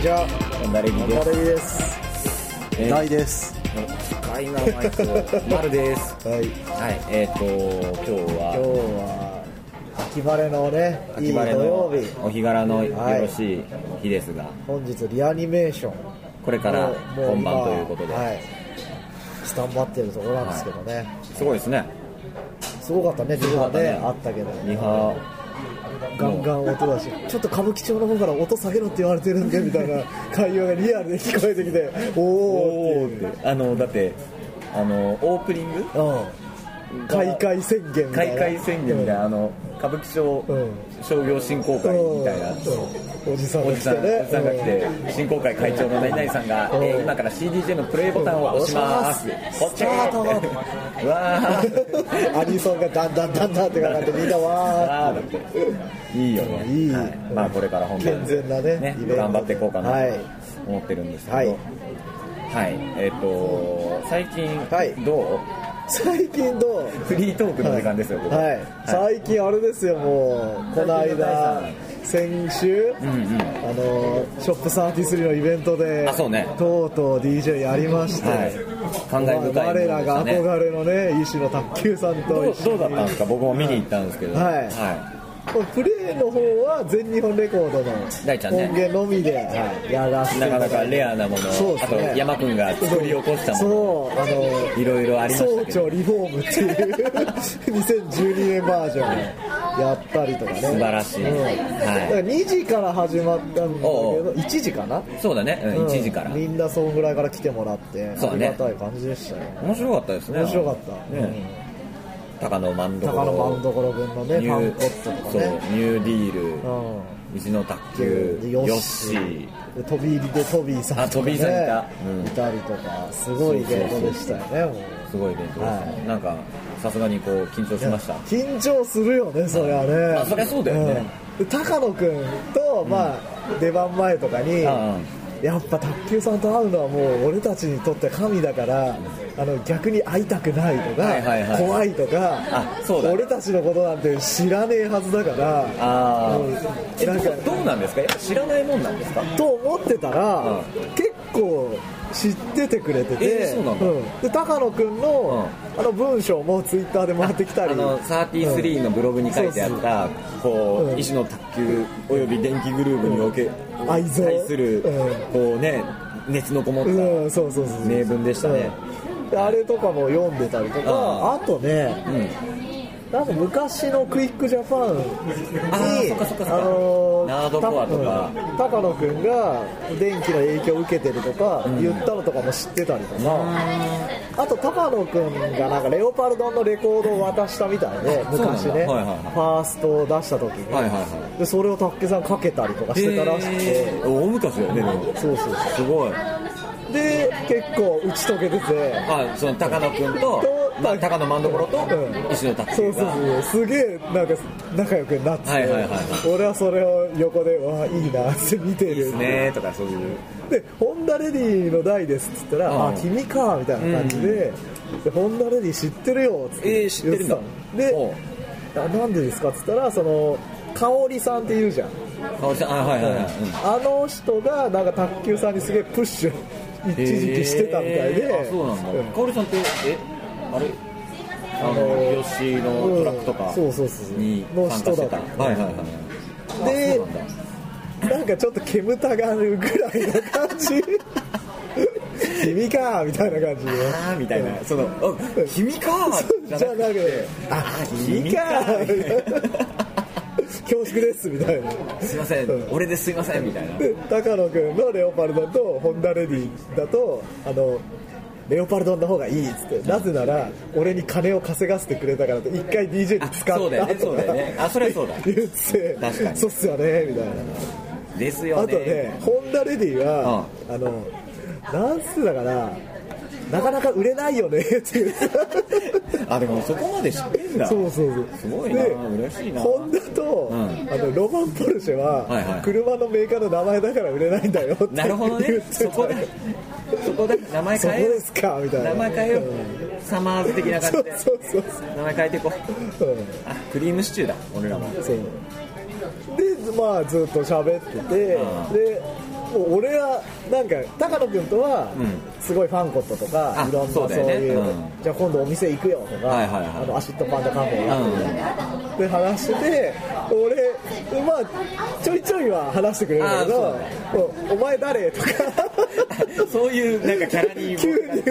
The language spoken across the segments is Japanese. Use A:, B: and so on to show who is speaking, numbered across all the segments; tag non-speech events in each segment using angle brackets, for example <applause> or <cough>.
A: ちは。
B: 誰にで
A: マ
B: す
A: レリです。
B: えー
C: 大です。
B: ダイナマイト丸です
A: はい。今
B: はいえっ、ー、と今日
A: 日
B: は
A: は秋晴れのね、いい
B: 秋
A: 土
B: 晴れ
A: 曜
B: の
A: 日。
B: お日柄のよ
A: はい
B: ろしい日ですが、
A: 本日リアニメーション
B: これから本番ということで、
A: はい。スタンバってるところなんですけどね。
B: すごいですね
A: すごかったね、時
B: か
A: 間
B: ったね
A: ねあったけど。
B: リハ
A: ガンガン音だし、ちょっと歌舞伎町の方から音下げろって言われてるんでみたいな会話がリアルで聞こえてきて、おー
B: お
A: っていう。
B: ーってあのだってあのオープニング
A: うん。開会宣言みたい
B: 開
A: な。
B: 会宣言みたいな、あの歌舞伎町
A: うん
B: 商業振興会みたいな、
A: うんおじさん
B: お
A: が
B: じ
A: 来
B: さ
A: て
B: んお
A: ね
B: じさんが来て振興会会長の何々さんが、
A: うん
B: えー今から CDJ のプレイボタンを押します
A: 押します
B: ポチッわー
A: うん <laughs> アニソンがだんだんだんだんってかかってみんなわ
B: あーだっていいよね
A: いい
B: はいまあこれから本番
A: 健全なねイベント
B: 頑張っていこうかな
A: はい
B: と思ってるんですけどは
A: はいい、
B: えっ、と最近、
A: はい
B: どう
A: ー最近どう
B: フリートークの時間ですよ、ここ
A: はい、最近あれですよもうこの間先週、
B: うんうん
A: あのショップ33のイベントで
B: あそうね
A: とうとう DJ やりまして、
B: はい感慨深いものでしたね
A: 我らが憧れのね医師の卓球さんと
B: ど
A: 一
B: う
A: 緒に
B: どうだったんですか僕も見に行ったんですけど
A: はい
B: は
A: プレイの方は全日本レコードの
B: 大ちゃんね
A: 音源のみで、はいやらせ
B: い
A: て
B: なかな
A: もら
B: か
A: って
B: レアなもの
A: そうで
B: あ
A: す
B: と
A: ね
B: 山くんが作り起こしたもの
A: そうあの
B: いろいろありました
A: 総
B: けど
A: 長リフォームっていう <laughs> 2012年バージョンやったりとかね
B: 素晴らしい
A: うん
B: はい
A: だから2時から始まったんだけ
B: おうお
A: ど1時かな
B: そうだね、うん、1時から
A: うんみんなそんぐらいから来てもらって
B: そう
A: あ
B: だ
A: り
B: ね
A: がたい感じでしたよ
B: 面白かったですね
A: 面白かった
B: ね高野万所
A: 高野マンどころ分の
B: ニ
A: ねパン
B: ュ
A: コッ
B: ー
A: トとか
B: そう
A: ね
B: ニューディール、
A: うん
B: 石の卓球
A: で
B: ヨ
A: ヨ
B: ッ
A: ッ
B: シ
A: シ
B: ー
A: ーで飛び入りでトビーさん
B: あトビーさんいたうん
A: いたりとかすごいイベントでしたよねもう
B: すごいイベントですね、
A: はい
B: なんかさすがにこう緊張しました
A: 緊張するよねそりゃね、
B: あそりゃそうだよね
A: うん、で高野君と、まあ出番前とかに、
B: うんうん
A: やっぱ卓球さんと会うのはもう俺たちにとって神だから、あの逆に会いたくないとか、
B: はいはいはい
A: 怖いとか
B: あそうだ
A: 俺たちのことなんて知らねえはずだから
B: あ
A: うん
B: あ
A: なんか
B: どうなんですかやっぱ知らないもんなんですか
A: と思ってたら、結構知っててくれてて、
B: えーそうなんだ
A: で高野君の,、あの文章もツイッターで回ってきたり
B: あの33のブログに書いてあった、こ
A: う
B: うん石の卓球および電気グルーブにおけ、
A: 愛憎
B: 対する、
A: うん
B: こうね熱のこもった、
A: うん、そうそうそうそう
B: 名文でしたね
A: うんであれとかも読んでたりとか
B: あ
A: あとね
B: うん
A: なんか昔のクイックジャパン
B: あーそっかそっかそっ
A: に
B: か
A: の
B: ナードコアとか
A: たうん高野君が電気の影響を受けてるとか言ったのとかも知ってたりとかあと高野君がなんかレオパルドンのレコードを渡したみたいで
B: あそうなんだ
A: 昔ねフ
B: はいはいはい
A: ァーストを出した時に
B: はいはいは
A: でそれをたっけさんかけたりとかしてたらしくて
B: えー大昔だよねでも
A: そうそうそ
B: すごい
A: で結構打ち解けてて
B: あその高野君と
A: と
B: まあ高野万所と
A: うん
B: 石の卓
A: そ
B: 球
A: うそう
B: が
A: そうすげえなんか仲良くなって、
B: はいはいはいは
A: 俺はそれを横で「わあいいな」って見てる
B: ですねとかそういう
A: で「ホンダレディの代です」っつったら「
B: うん
A: あ君か」みたいな感じで「でホンダレディ知ってるよ」っつって
B: えー知ってるんだ
A: 言ってたの
B: おう
A: であなんでですか?」っつったらその香織さんって言うじゃん
B: 香織さんあはいはいはい、うん
A: あの人がなんか卓球さんにすげえプッシュ一時期してたみたいで、
B: えーあそうなんだ、
A: うん
B: かおりさんってえあれあの、吉井のトラックとか
A: うんそうそうそうそう
B: に
A: の
B: 参加して
A: 人
B: た
A: だから
B: はいはいはい
A: で
B: あそうなんだ
A: なんかちょっと煙たがるぐらいの感じ君かみたいな感じで
B: あーみたいな、そのあ君か
A: じゃなくて
B: あ君
A: 君か
B: か
A: 恐縮ですみたいな
B: すいません、
A: うん
B: 俺ですいませんみたいな
A: で高野君のレオパルドンとホンダレディだとあのレオパルドンの方がいいっつってなぜなら俺に金を稼がせてくれたからって一回 DJ で使
B: あ
A: っ
B: そうだよ
A: た
B: ねそうだよねあそれはそうだ
A: 言って
B: 確かに
A: そうっすよねみたいな
B: ですよね
A: あとね、ホンダレディは、あの、なんつうだから、なかなか売れないよね <laughs> って
B: <laughs>
A: いう。
B: あでもそこまで知ってんだ
A: そうそうそう。
B: すごいな
A: で
B: 嬉しいな
A: ホンダと、
B: ん
A: あの、ロマンポルシェは、
B: はいはい
A: 車のメーカーの名前だから売れないんだよって
B: なるほどね
A: 言ってた
B: そこだそこだ名前
A: <laughs> そこ
B: 変えよ
A: ですかみた
B: う
A: いな。
B: 名前変えよう、
A: うん
B: サマーズ的な
A: そ
B: 感
A: う
B: じで
A: そうそう
B: 名前変えていこう
A: そう。うん
B: あクリームシチューだ俺らも
A: そうでまあずっと喋ってて、
B: うん
A: でもう俺はなんか高野君とは
B: うん
A: すごいファンコットとか、
B: あ
A: いろんな
B: そ
A: そうう
B: だよね
A: いう
B: うん
A: じゃあ今度お店行くよとか、
B: はいはいはい
A: あのアシッドパンダカフェや
B: うん
A: って話してて俺まあちょいちょいは話してくれるんだけ
B: あ
A: どおお前誰?」とか
B: そういうなんかキャラに
A: 急に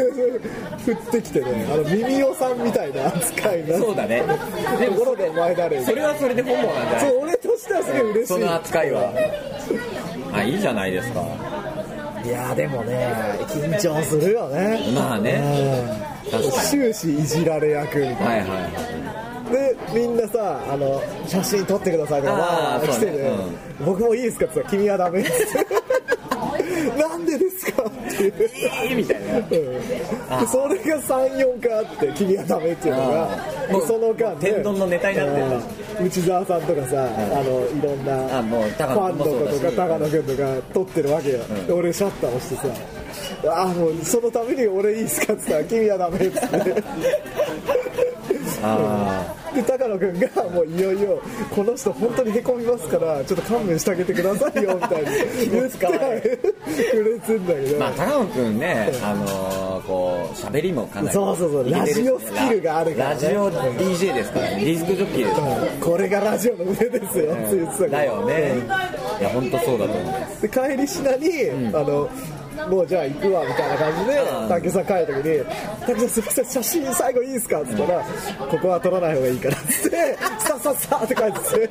A: 振ってきてねあの耳尾さんみたいな扱いになって
B: そうだねで
A: と
B: も
A: こ
B: そ
A: ろでお前誰
B: それはそれで本望なんじゃな
A: そ
B: いう
A: 俺としてはすごい嬉しい
B: その扱いはあいいじゃないですか
A: いやでもね緊張するよね
B: まあね
A: うん
B: 確かに
A: 終始いじられ役みたいな
B: はいはいはい
A: でみんなさあの写真撮ってくださいとか
B: あー
A: わー来
B: そう
A: て
B: ね
A: る、僕もいいですかって言ったら君はダメです <laughs> ってなんでですかっていう
B: いいみたいな
A: うんでそれが34回あって君はダメっていうの
B: あ
A: が
B: ーもう
A: でその間
B: 天丼のネタになってんだ
A: うん内澤さんとかさあのいろんな
B: あもう
A: フ
B: 高
A: ァ
B: 野
A: ン
B: 君
A: の子
B: もそうだし
A: とか高野君とか撮ってるわけよ、
B: ん
A: で俺シャッター押してさあーもうそのために俺いいっすかって言ったら君はダメっつって
B: あ
A: で高野君がもういよいよこの人本当にへこみますからちょっと勘弁してあげてくださいよみたいに言ってくれてんだけど、
B: あまあ高野君ねあのーこう喋りもかなり
A: そうそうそう
B: 似てるし
A: ラジオスキルがあるからね
B: ラジオ DJ ですからねディスクジョッキーですから
A: うんこれがラジオの腕ですよって言ってたけど
B: だよねいや本当そうだと思う
A: で帰りしなに、あのもうじゃあ行くわみたいな感じで
B: うん
A: 竹さん帰る時に「竹さんすいません写真最後いいですか?」って言ったら「ここは撮らない方がいいから」っつって「さっさっさ」って帰ってきて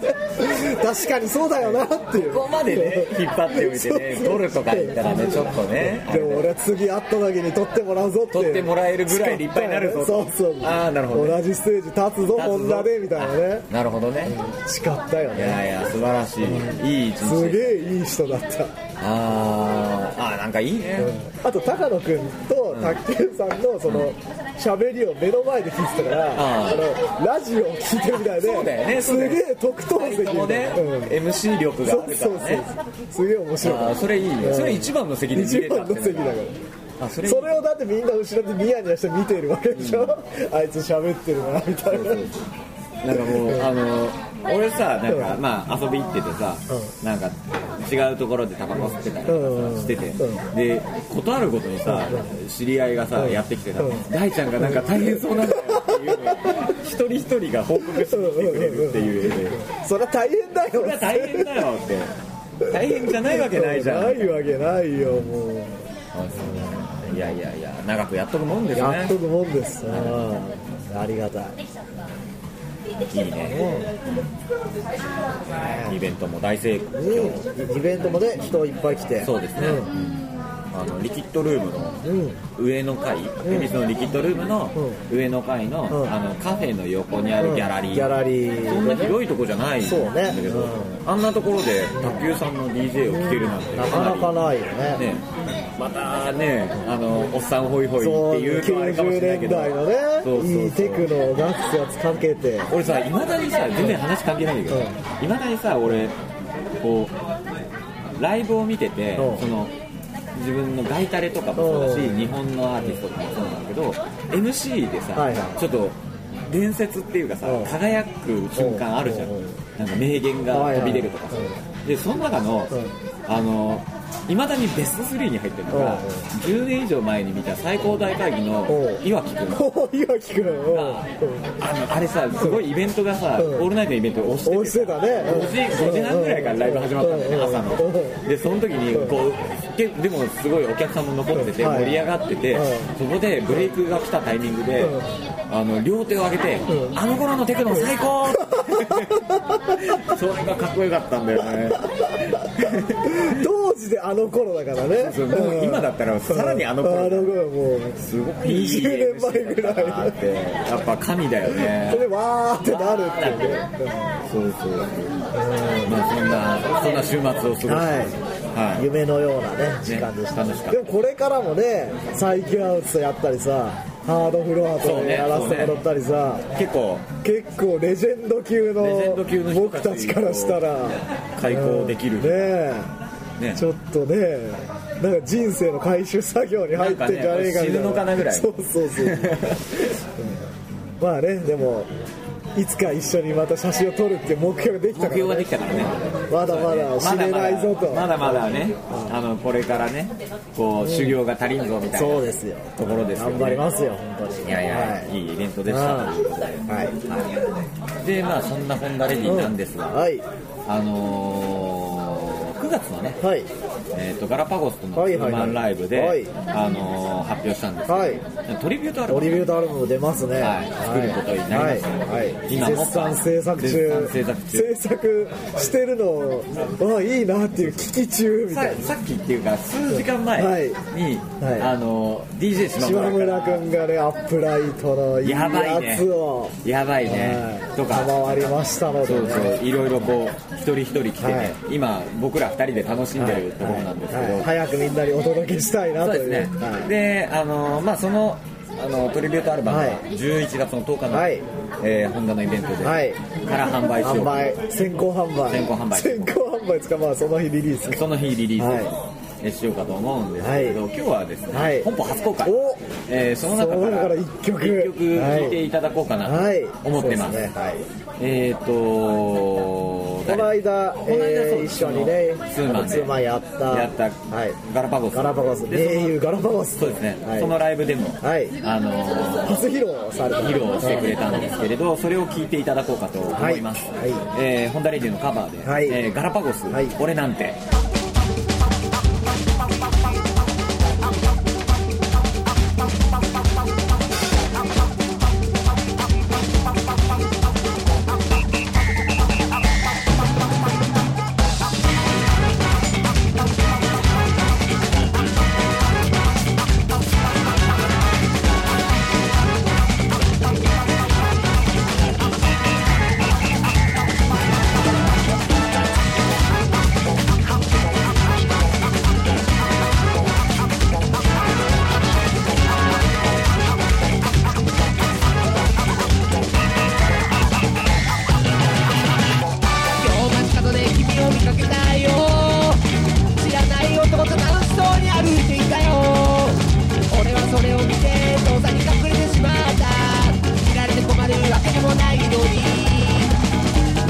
A: 確かにそうだよなっていう
B: ここまでね引っ張っておいてね
A: そう
B: 取るとか言ったらねちょっとねあ
A: で
B: れ
A: も俺は次会った時に撮ってもらうぞって
B: 撮ってもらえるぐらい立派になるぞ
A: そうそう
B: あーなるほどね
A: 同じステージ立つぞ女でみたいなね
B: なるほどね
A: 誓ったよ
B: い
A: ね
B: やいや素晴らしいいい一
A: す
B: 日
A: げえいい人だった
B: あーあーなんかいいね
A: あと高野君と卓球さんのその喋りを目の前で聞いてたから、あのラジオを聞いてるみたいで、
B: そうだよねそう
A: す
B: だ
A: げ
B: よね
A: え特等
B: 二
A: 席
B: 人とも
A: みたい
B: ね
A: な、うん
B: MC 力
A: そ
B: があ
A: う
B: るか
A: そう
B: ら
A: そ
B: ね
A: うすげえ面白
B: あ
A: か
B: ー
A: っ
B: それいいねそれ一番の
A: た
B: 席で見
A: 一
B: れた
A: 番
B: っ
A: の
B: て
A: 席だから
B: あそれいい
A: それをだってみんな後ろでニヤニヤして見てるわけでしょ、あいつ喋ってるなみたいな
B: なんかもう、あの、俺さ、なんか、まあ、遊び行っててさ、
A: う
B: なんか、違うところでタバコ吸ってたり
A: う
B: と
A: ん
B: かしてて
A: う、
B: で、ことあるごとにさ、知り合いがさ、やってきてさ
A: うん、
B: 大ちゃんがなんか大変そうなんだよっていうのを、一人一人が報告してきてくれるっていう絵で、
A: そりゃ大変だよ
B: それは大変だよって、大変じゃないわけないじゃん。
A: ないわけないよもう
B: あそういやいやいや、長くやっとくもんです
A: やっ
B: ね
A: と。くもんですうんありがたい
B: いいね。イベントも大成功。
A: うん、イベントもね人いっぱい来て
B: そうですね。あの、リキッドルームの
A: うん、うん
B: 上の階、恵比寿のリキッドルームの上の階の,、
A: うん
B: あのカフェの横にあるギャラリー、
A: ギャラリ
B: そんな
A: ー
B: 広いとこじゃないんだ
A: そうね
B: けど、あんなところで卓球さんの DJ を聴けるなんて
A: なかなかないよね
B: ねまたねあのおっさんホイホイって
A: そう
B: いうとあれかもし
A: 90
B: れない
A: 年
B: けど
A: 代のね
B: そうそうそう
A: いいテクノをガッツやつかけて
B: 俺さいまだにさ全然話関係ないんだけどいま、未だにさ俺こうライブを見てて、
A: うん
B: その自分のガイタレとかもそうだし、
A: うん
B: 日本のアーティストとかもそうなんだけど MC でさ、
A: はいはい
B: ちょっと伝説っていうかさ、
A: うん
B: 輝く瞬間あるじゃん、
A: うんうんうん
B: なんか名言が飛び出るとかさ、
A: はいはい
B: でその中の、
A: う
B: あのいまだにベスト3に入ってるのが、
A: うんうん
B: 10年以上前に見た最高大会議の
A: うん
B: 岩城君
A: おお岩城君
B: あのあれさすごいイベントがさ、
A: うん
B: オールナイトのイベントを押して
A: 押して
B: さ
A: たねうん
B: 5時 ,5 時半ぐらいからライブ始まったんだよね、
A: うん
B: 朝
A: う
B: のでその時にこうけでもすごいお客さんも残ってて
A: はい
B: 盛り上がってて、
A: うん
B: そこでブレイクが来たタイミングで、
A: うん
B: あの両手を上げて、
A: うん
B: あの頃のテクノ最高!」それがかっこよかったんだよね
A: 当時であの頃だからね
B: そうもう今だったらさらにあの頃
A: あの頃もう
B: すごくいい
A: 20年前ぐらい
B: MC だなってやっぱ神だよね
A: それわーってなるっていうね
B: そうそう。まあそんなそんな週末を過ごしてます。
A: は、
B: はいい。
A: 夢のようなね時間でした,、
B: ね楽しかっ
A: で
B: た
A: もこれからもね最近ハウスやったりさハードフロアと
B: そ
A: か
B: うね
A: やらせてもらったりさ、
B: 結構
A: 結構レジェンド級の
B: レジェンド級の人
A: 僕たちからしたら
B: 開口でき
A: うん
B: る。
A: ね
B: ね
A: え。ちょっとねなんか人生の回収作業に入ってんじゃねえかみたいな
B: なんかね死ぬのかなぐらい
A: そうそうそううんまあねでもいいつか一緒にまた写真を撮るっていう目標ができ
B: 目
A: たから、
B: 標がで
A: ね
B: き、たからね
A: まだまだ
B: ま
A: 死
B: だ
A: ね
B: ま
A: ないぞと、
B: だまだまだね、あのこれからねこう修行が足りんぞみたいな
A: そうですよ
B: ところですよ、ね、
A: 頑張りますよ本当に
B: いやいや、、
A: はい
B: いイベントでしたということで、
A: はい
B: はいでまあそんな本田レディなんですが、
A: はい
B: あのー、9月のね、
A: はい
B: えー、とガラパゴスとのツ
A: はい
B: ー
A: はいはい
B: マンライブで、
A: はい
B: あのー発表したんですけど、
A: はい
B: トリビュートアルバ
A: オ
B: ム
A: リビュートアルバム出ますね、
B: はい作ることになりますね
A: はいはい
B: 今も
A: 絶賛制作中
B: 絶賛制作中
A: 制作してるのをあいいなっていう聞き中み
B: さ
A: たいな
B: さっきっていうか数時間前に、
A: はいはい
B: あのー DJ 島
A: 島
B: 村
A: 村
B: から
A: 君がねアップライトのいい
B: やばい
A: や
B: ね
A: つを
B: やばいね、
A: はい
B: とか
A: 賜りましたので
B: そう
A: ね
B: そういろいろこう一人一人来てね、
A: はい
B: 今僕ら二人で楽しんでるところなんですけど、
A: はい早くみんなにお届けしたいな
B: そう
A: と
B: です
A: いう
B: ね、
A: はい
B: であのまあそのあのトリビュートアルバムが
A: はい
B: 11月の10日の、
A: はい
B: えーホンダのイベントで、
A: はい
B: から販売しよ
A: 販
B: うと
A: 売先行販売
B: 先行販売
A: 先行販売ですかまあその日リリース
B: その日リリースを、
A: は
B: えしようかと思うんですけど、
A: は
B: 今日はですね、
A: はい
B: 本邦初公開
A: お、
B: えーその中
A: そ
B: か
A: の中からら一曲
B: 一曲聴いていただこうかなと
A: はい
B: 思ってます,、
A: そうですねはい
B: えっ、ー、と
A: この間、
B: この間
A: え
B: そう
A: ー、一緒にね
B: ツーマンで
A: ツーマンやった
B: やった
A: はい、
B: ガラパゴス
A: ガラパゴス
B: でその
A: 英雄ガラパゴス
B: そうですね、
A: はい
B: そのライブでも、
A: はい
B: あのー
A: 初披露された
B: 披露してくれたんですけれど、それを聞いていただこうかと思います。
A: はいは
B: えーホンダレディのカバーで、
A: はい
B: えーガラパゴス、
A: はい
B: 俺なんて。
C: 今日街角で君を見かけたよ知らない男と楽しそうに歩いていたよ俺はそれを見て遠ざに隠れてしまった見られて困るわけでもないのに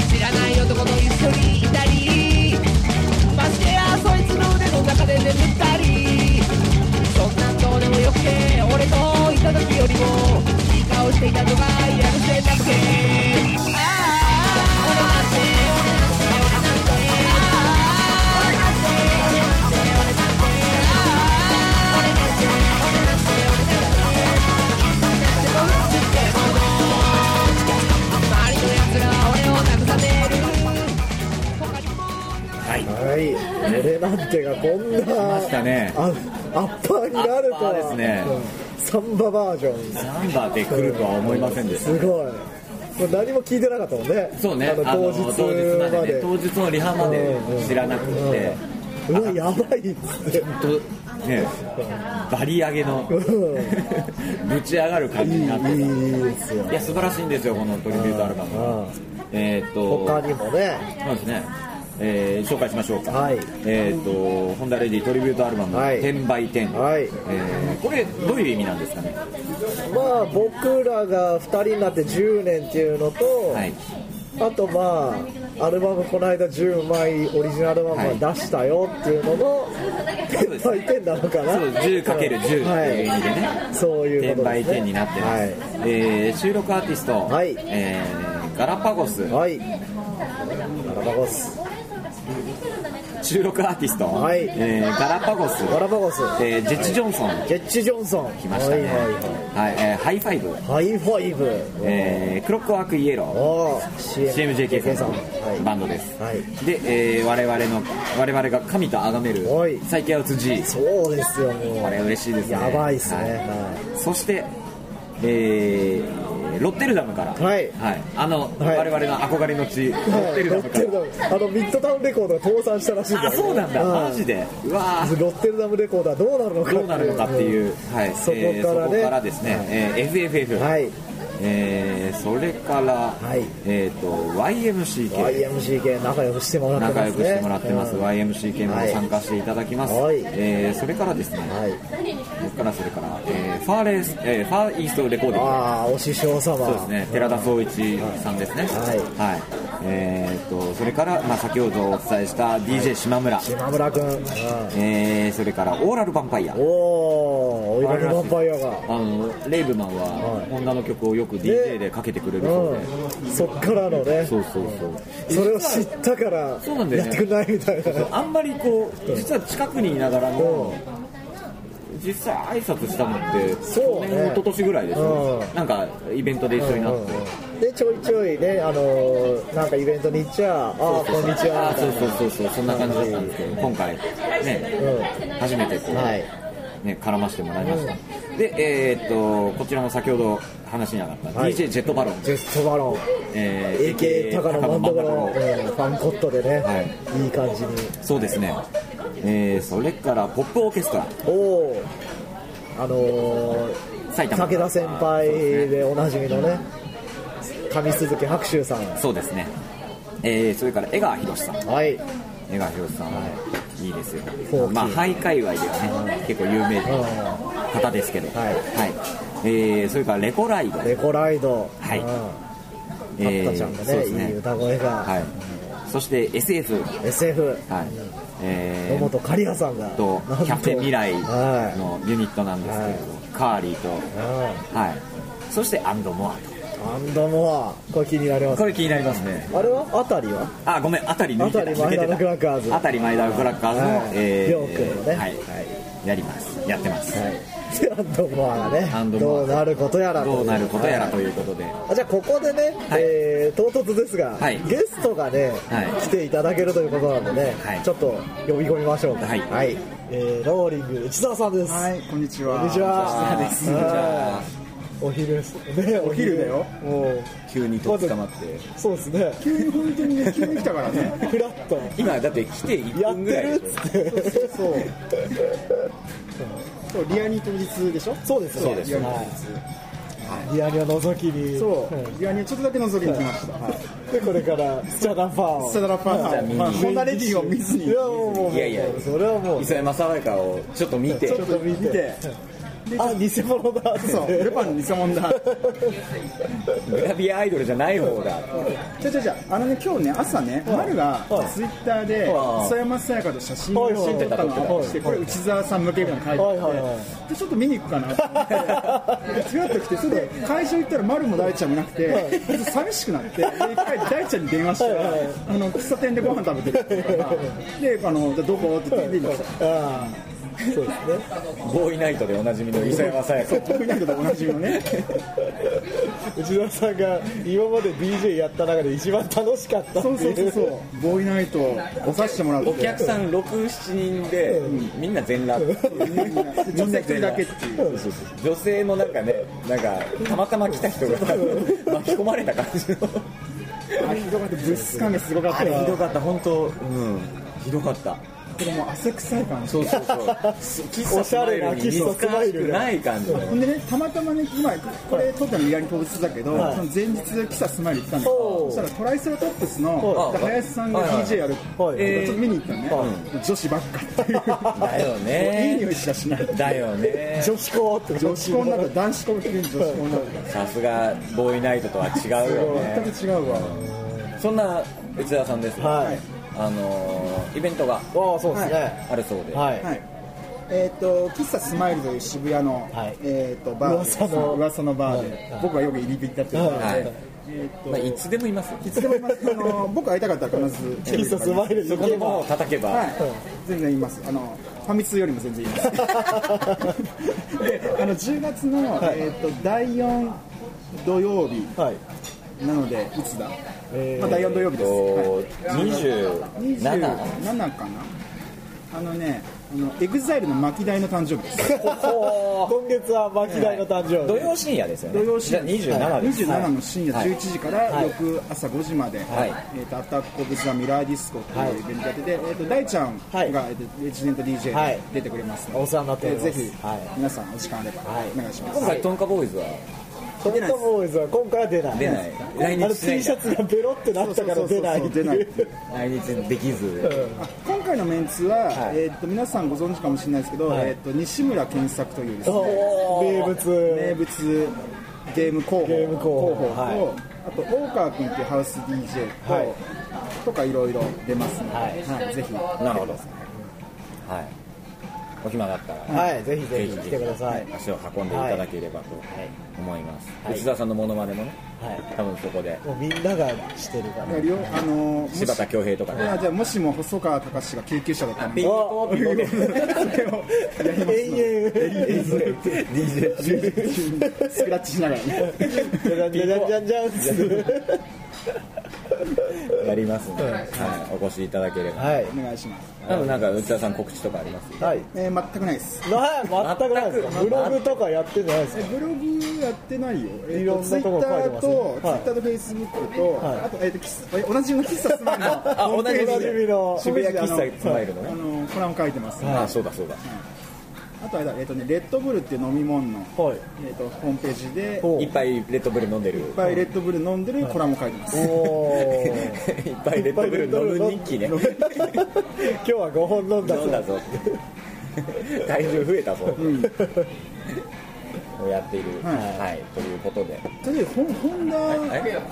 C: 知らない男と一緒にいたりましてやそいつの腕の中で眠ったりそんなんどうでもよくて俺といた時よりもいい顔していたのがやるせなくてああ俺なんて周りの奴らは俺を慰める他にも
B: はい。
A: はい、俺なんてがこんな
B: ましたね
A: あアッパーになるとは
B: アッパーですね
A: うんサンババージョン
B: ナンバーで来るとは思いませんでした。
A: すごいもう何も聞いてなかったもんね
B: そうね、
A: あの当
B: あの
A: 日
B: 当日ま
A: ま
B: でね
A: で、
B: 当日のリハまで知らなく
A: うん
B: て、
A: うわやばいっつって
B: とね、バリ上
A: <laughs>
B: げの、
A: うん
B: ぶち上がる感じになって
A: いいい
B: た。
A: いですよ
B: いや、素晴らしいんですよ、このトリビュートアルバム。
A: うん
B: えーっと、
A: 他にもね
B: そうですね、えー紹介しましょうか、
A: はい
B: えー、とホンダレディトリビュートアルバム「
A: はい
B: 転売店」
A: はい
B: えーこれどういう意味なんですかね
A: まあ僕らが2人になって10年っていうのと、
B: はい
A: あとまあアルバムこの間10枚オリジナルアルバムは出したよっていうのの
B: そうで
A: 転
B: す
A: 売店なのかな
B: そう 10×10 っていう意味でね、
A: はい、そういう
B: 転
A: こと
B: 売
A: です、ね、
B: 店になってます、
A: はい
B: えー収録アーティスト、
A: はい
B: えーガラパゴス、
A: はいガラパゴス
B: 収録アーティスト、
A: はい
B: えーガラパゴス、
A: ガラパゴス
B: えージェッチ・ジョンソン、
A: ジェッチ・ジョンソン
B: 来ましたね、
A: はいはいはい
B: はいえーハイファイブ、
A: ハイファイブ、
B: えークロックワーク・イエロー、
A: おー
B: CMJK さん
A: はい
B: のバンドです、
A: はい
B: で、えー我々の我々が神と崇める
A: はい
B: 最強アウツ G
A: そうですよもう
B: これ嬉しいですね
A: やばいっすね
B: は
A: は
B: そして、えーロッテルダムから、
A: はい
B: あの、
A: はい
B: 我々の憧れの地ロ
A: はい
B: ッテルダムから、
A: ロッテルダムあのミッドタウンレコードが倒産したらしいんだよ
B: あそうなんだ、
A: はい
B: マジでうわー
A: ロッテルダムレコードはどうなるのか
B: どうなるのかっていう、はい
A: そこからね
B: えーそこからですね、
A: はい
B: えー FFF、
A: はい
B: えーそれから、
A: い
B: えっ、と YMCK
A: YMCK 仲良くしてもらって
B: 仲
A: ま
B: 良
A: す
B: く
A: ね
B: してもらってます、
A: うん
B: YMCK も参加していただきます、
A: はい
B: えーそれからですね、
A: はい
B: それからそれから、えーファーレース、えーファーイーストレコーディング
A: ああお師匠様
B: そうですね、寺田総一さんですね、
A: はい
B: はいえーっとそれから、まあ、先ほどお伝えした DJ 島村、
A: 島村君、うん、
B: えーそれからオーラルヴァンパイア、
A: おおおいらのヴァンパイアが
B: あのレイブマン
A: は
B: は
A: はい
B: 女の曲をよく DJ でかけてくれるそうで、
A: うん、そっからのね
B: そうそうそう、
A: それを知ったからや
B: そうなんだよ
A: っ
B: ね
A: てくんないみたいな
B: そうあんまりこう、実は近くにいながらも
A: う、
B: 実際挨拶したのって、
A: そうね
B: 去年、一昨年ぐらいですよ、
A: う
B: なんかイベントで一緒になって。
A: でちょいちょいねあのーなんかイベントに行っちゃああこんにちは
B: あーそうそうそうそうそんな感じだったんですけど今回ね、初めてこう、
A: はい
B: ね、絡ませてもらいました、でえーっとこちらも先ほど話に上がった、
A: はい
B: DJ ジェットバロン、
A: ジェットバロン
B: えー
A: AK 高野万太郎うんファンコットでね、、
B: はい
A: い感じに
B: そうですね、えーそれからポップオーケストラ
A: おおあのー
B: 埼玉
A: 武田先輩でおなじみのね上鈴木白秋さん
B: そうですねえーそれから江川博さん
A: はい
B: 江川博さんは、い、いですよ
A: フォーキー
B: まあ俳界隈ではね結構有名な方ですけど、
A: はい
B: いえーそれからレコライド
A: レコライド
B: はい
A: うん
B: えー
A: タッタちゃんの
B: そう
A: ね,、
B: ですね
A: いい歌声が、
B: はい、そして SF、はい
A: SF
B: え
A: 野
B: ー
A: 本刈谷さんが
B: えっと
A: なんと
B: キャプテン未来
A: は
B: のユニットなんですけれど、カーリー
A: い
B: と、
A: う
B: はい、そしてアンドモアと、
A: んアンドモアこれ気になります
B: これ気になりますね、
A: あれはあたりは
B: あごめん、あたり抜いてた、
A: あたり前田のクラッカーズ
B: あたり前田のクラッカーズの、
A: はい
B: え
A: りょうくんのね
B: はいやります、やってます、
A: はいでアンドモアがね
B: アンドモ
A: ど
B: ア
A: うなることやらとい
B: どうなることやら
A: はい
B: ということで、
A: あじゃあここでね、
B: はい
A: えー唐突ですが、
B: はい
A: ゲストがね、
B: はい
A: 来ていただけるということなので、
B: はい
A: ちょっと呼び込みましょうか
B: はい
A: えーローリング内澤さんです、
D: はい、こんにち
A: こ
D: は。
A: んにちは
D: 内田です。
A: はーいお昼ですねお
D: 昼だよ
A: もう
B: 急に
A: とっ捕ま
B: って、
A: そうですね
D: 急に本当に急に来たからね。
A: フラット
B: 今、だって来て1
A: やっ
B: 分ぐら
A: て
B: い
A: るっつって
D: そう。そう、リアニ当日でしょ。
A: そうです
B: そうです
D: リアニ当
A: リアニを覗きに
D: 日。そう、リアニちょっとだけ覗きに来ました。はい。
A: でこれからスチャダファンを
D: サダラパ
B: じゃあ見に
D: ン、まあ、ホンダレディを見ずに。
A: いやもうもう
B: いやいや
A: それはもう
B: 磯山さわやかをちょっと見て
A: ちょっと見
D: 見
A: て
D: て。
A: あ偽物だって
D: そう、ルパンの偽物だ。
B: グラビアアイドルじゃない方だ
D: じゃじゃじゃ、あのね、今日ね、朝ね、
A: い
D: マルが
A: はい
D: ツイッターで
B: はい。
D: 磯山さやかと写真を
A: はいはい
D: 撮ったの
A: はい
D: をして、これ内澤さん向けみたいな
A: は
D: の
A: い
D: 書
A: はいい
D: て
A: は
D: あって。でちょっと見に行くかなと
A: <laughs>
D: 思って。ふわっと来てそれで会場行ったら丸も大ちゃんもなくてちょっと寂しくなってで一回大ちゃんに電話したら
A: はいはい
D: あの喫茶店でご飯食べてるって言うからであのじゃあどこって言って出てきました
A: ああそうですね
B: ボーイナイトでおなじみの磯山さやか
D: 僕なんかとおなじみのね
A: 内田さんが今まで DJ やった中で一番楽しかったって
D: そ
A: いう
D: そうそうそうボーイナイトをさせてもらって
B: お客さん67人でみんな全裸
D: <laughs> 女性一人だけっていう
B: そうそうそう女性のなんかねなんかたまたま来た人が巻き込まれた感じの
D: あひどかった物質感がすごかった
B: あれひど
D: こ
B: かった本当うんひどかった
D: れもう汗臭い感じ
B: そうそうそう <laughs>
A: おしゃれな喫茶スマイルが
B: ない感じの
D: ほんでね、たまたまね、今、これ撮ったのリアに当日だけど、
A: はい
D: その前日、キサスマイル行ったんです
A: お
D: よ
A: う
D: そしたらトライセラトップス
B: は
D: の
B: い
D: で林さん
B: はいはい
D: が DJ やる、
A: はい
D: えーちょっと見に行ったのね、女子ばっかっていう、
B: だよね
D: もういい匂いしかしない、
B: だよね
A: 女子校って
D: 女子校になった、男子校の時に女子校になっ
B: さ
D: た
B: すがボーイナイトとは違うよね
D: 全く違うわ、
B: そんな内田さんですが
A: はい
B: あのーイベントが
A: ああそうですね
B: あるそうで
A: はい、
D: はいえー、と喫茶スマイルという渋谷の、
A: はい
D: えー、とバーで
A: 噂の
D: 噂のバーで、
A: はい
D: 僕はよく入り浸ってるバーで、
B: はい
D: えーと
B: まあ、いつでもいますよ。
D: いつでもいますあの <laughs> 僕会いたかったら必ず来てくれ
A: <laughs> 喫
D: るか
A: 茶
D: ら
A: スマイルに
B: そ
A: 行
B: こ
A: け
B: で
A: ば
B: もう叩けば、
D: はい、全然言います。あのファミ通よりも全然言
A: <laughs>
D: います。であの10月の、えっ、と第4土曜日
A: はい
D: なのでいつだ。
A: えー
D: まあ第4土曜日です。はい
B: 二十
D: 27
B: 七。
D: かな。あのね、あのエグザイルの巻代の誕生日
A: <laughs>
D: です。
A: 今月は巻大の誕生
B: 土
A: 日
B: 曜深夜ですよね。
D: 土曜深夜
B: 二十七です。
D: 27の深夜
B: はい
D: 11時から
A: い
D: 翌朝5時まで、
B: はい
D: えー、とアタック・オブ・ザ・ミラー・ディスコというイベントやってて、えー、と大ちゃんが、
A: はい
D: えー、とレジデント DJ
A: はい
D: で出てくれますので、
A: お世話になっております
D: えーぜひ、
A: はい
D: 皆さんお時間あれば
A: はい
D: お願いします、
B: 今回トンカボーイズは
A: ト
D: 出
A: ヨ
D: な
A: タ
D: いです
A: ボーイズは今回は出ない
B: 出ない来
A: あの
B: 日
A: T
B: しないん
A: シャ
B: だ
A: ツがベロってなったから出ないって
D: そうそうそうそう出ないいう
B: 来日できず
D: あ今回のメンツは、
B: はい
D: えー、と皆さんご存知かもしれないですけど、えー、と西村健作というですね
A: <laughs> 名
D: 名
A: 物
D: 物ゲーム候補
A: ゲーム候補
D: 候補と、
A: は
D: あと大川君っていうハウス DJ と、
A: はい
D: とかいろいろ出ますので、
A: はい
D: はいぜひ
B: なるほどはいお暇だったら
A: はいぜひぜひ来てください
B: 足を運んでいただければと思います、内田さんのモノマネもね
A: はい
B: 多分そこで
A: もうみんながしてるから
D: だからよあのーもし
B: 柴田恭平とかね
D: あじゃあもしも細川隆が救急車だったら
B: ピンポンピンポン
A: 延々
B: DJ
D: スクラッチしながらね
A: じゃじゃじゃじゃんじゃんっす
B: やりますので、はい、お越しいただければ
A: はい
D: お願いします、
B: 多分なんか内田さん告知とかあります
A: はい
D: えー全くないです
A: な全くないですかブログとかやってんじゃないです
D: え
A: か
D: ブログやってないよ、え
A: い
D: っ
A: ろ
D: と
A: ん
D: ツイ
A: な
D: ッ
A: とこ
D: タ
A: 書いてま
D: ー
A: すね
D: と、ツイ
A: はい
D: ッターとフェイスブックと、
A: はい
D: あと、えっと、キスえおなじみの喫茶スマイルの
B: あ
D: ホームページで
A: おなじみの
B: 渋谷喫
D: ホームページ
B: 茶
D: で
B: スマイルの
D: あ
B: ね
D: のコラム書いてます、
B: あそうだそうだ
D: あとあれだ、えっとね、レッドブルっていう飲み物の、
A: はい
D: えっと、ホームページで、いっ
A: お
B: いっぱいレッドブル飲んでるいっ
D: ぱいレッドブル飲んでるコラム書いてます。
A: おー
B: ぱ <laughs> いレッドブル飲む日記ね
A: 今日は5本飲んだ
B: 飲んだぞって体重増えたぞ、をやっている、
D: は
B: はいいということで
D: とりあえずホンホンダ
B: い
D: ホ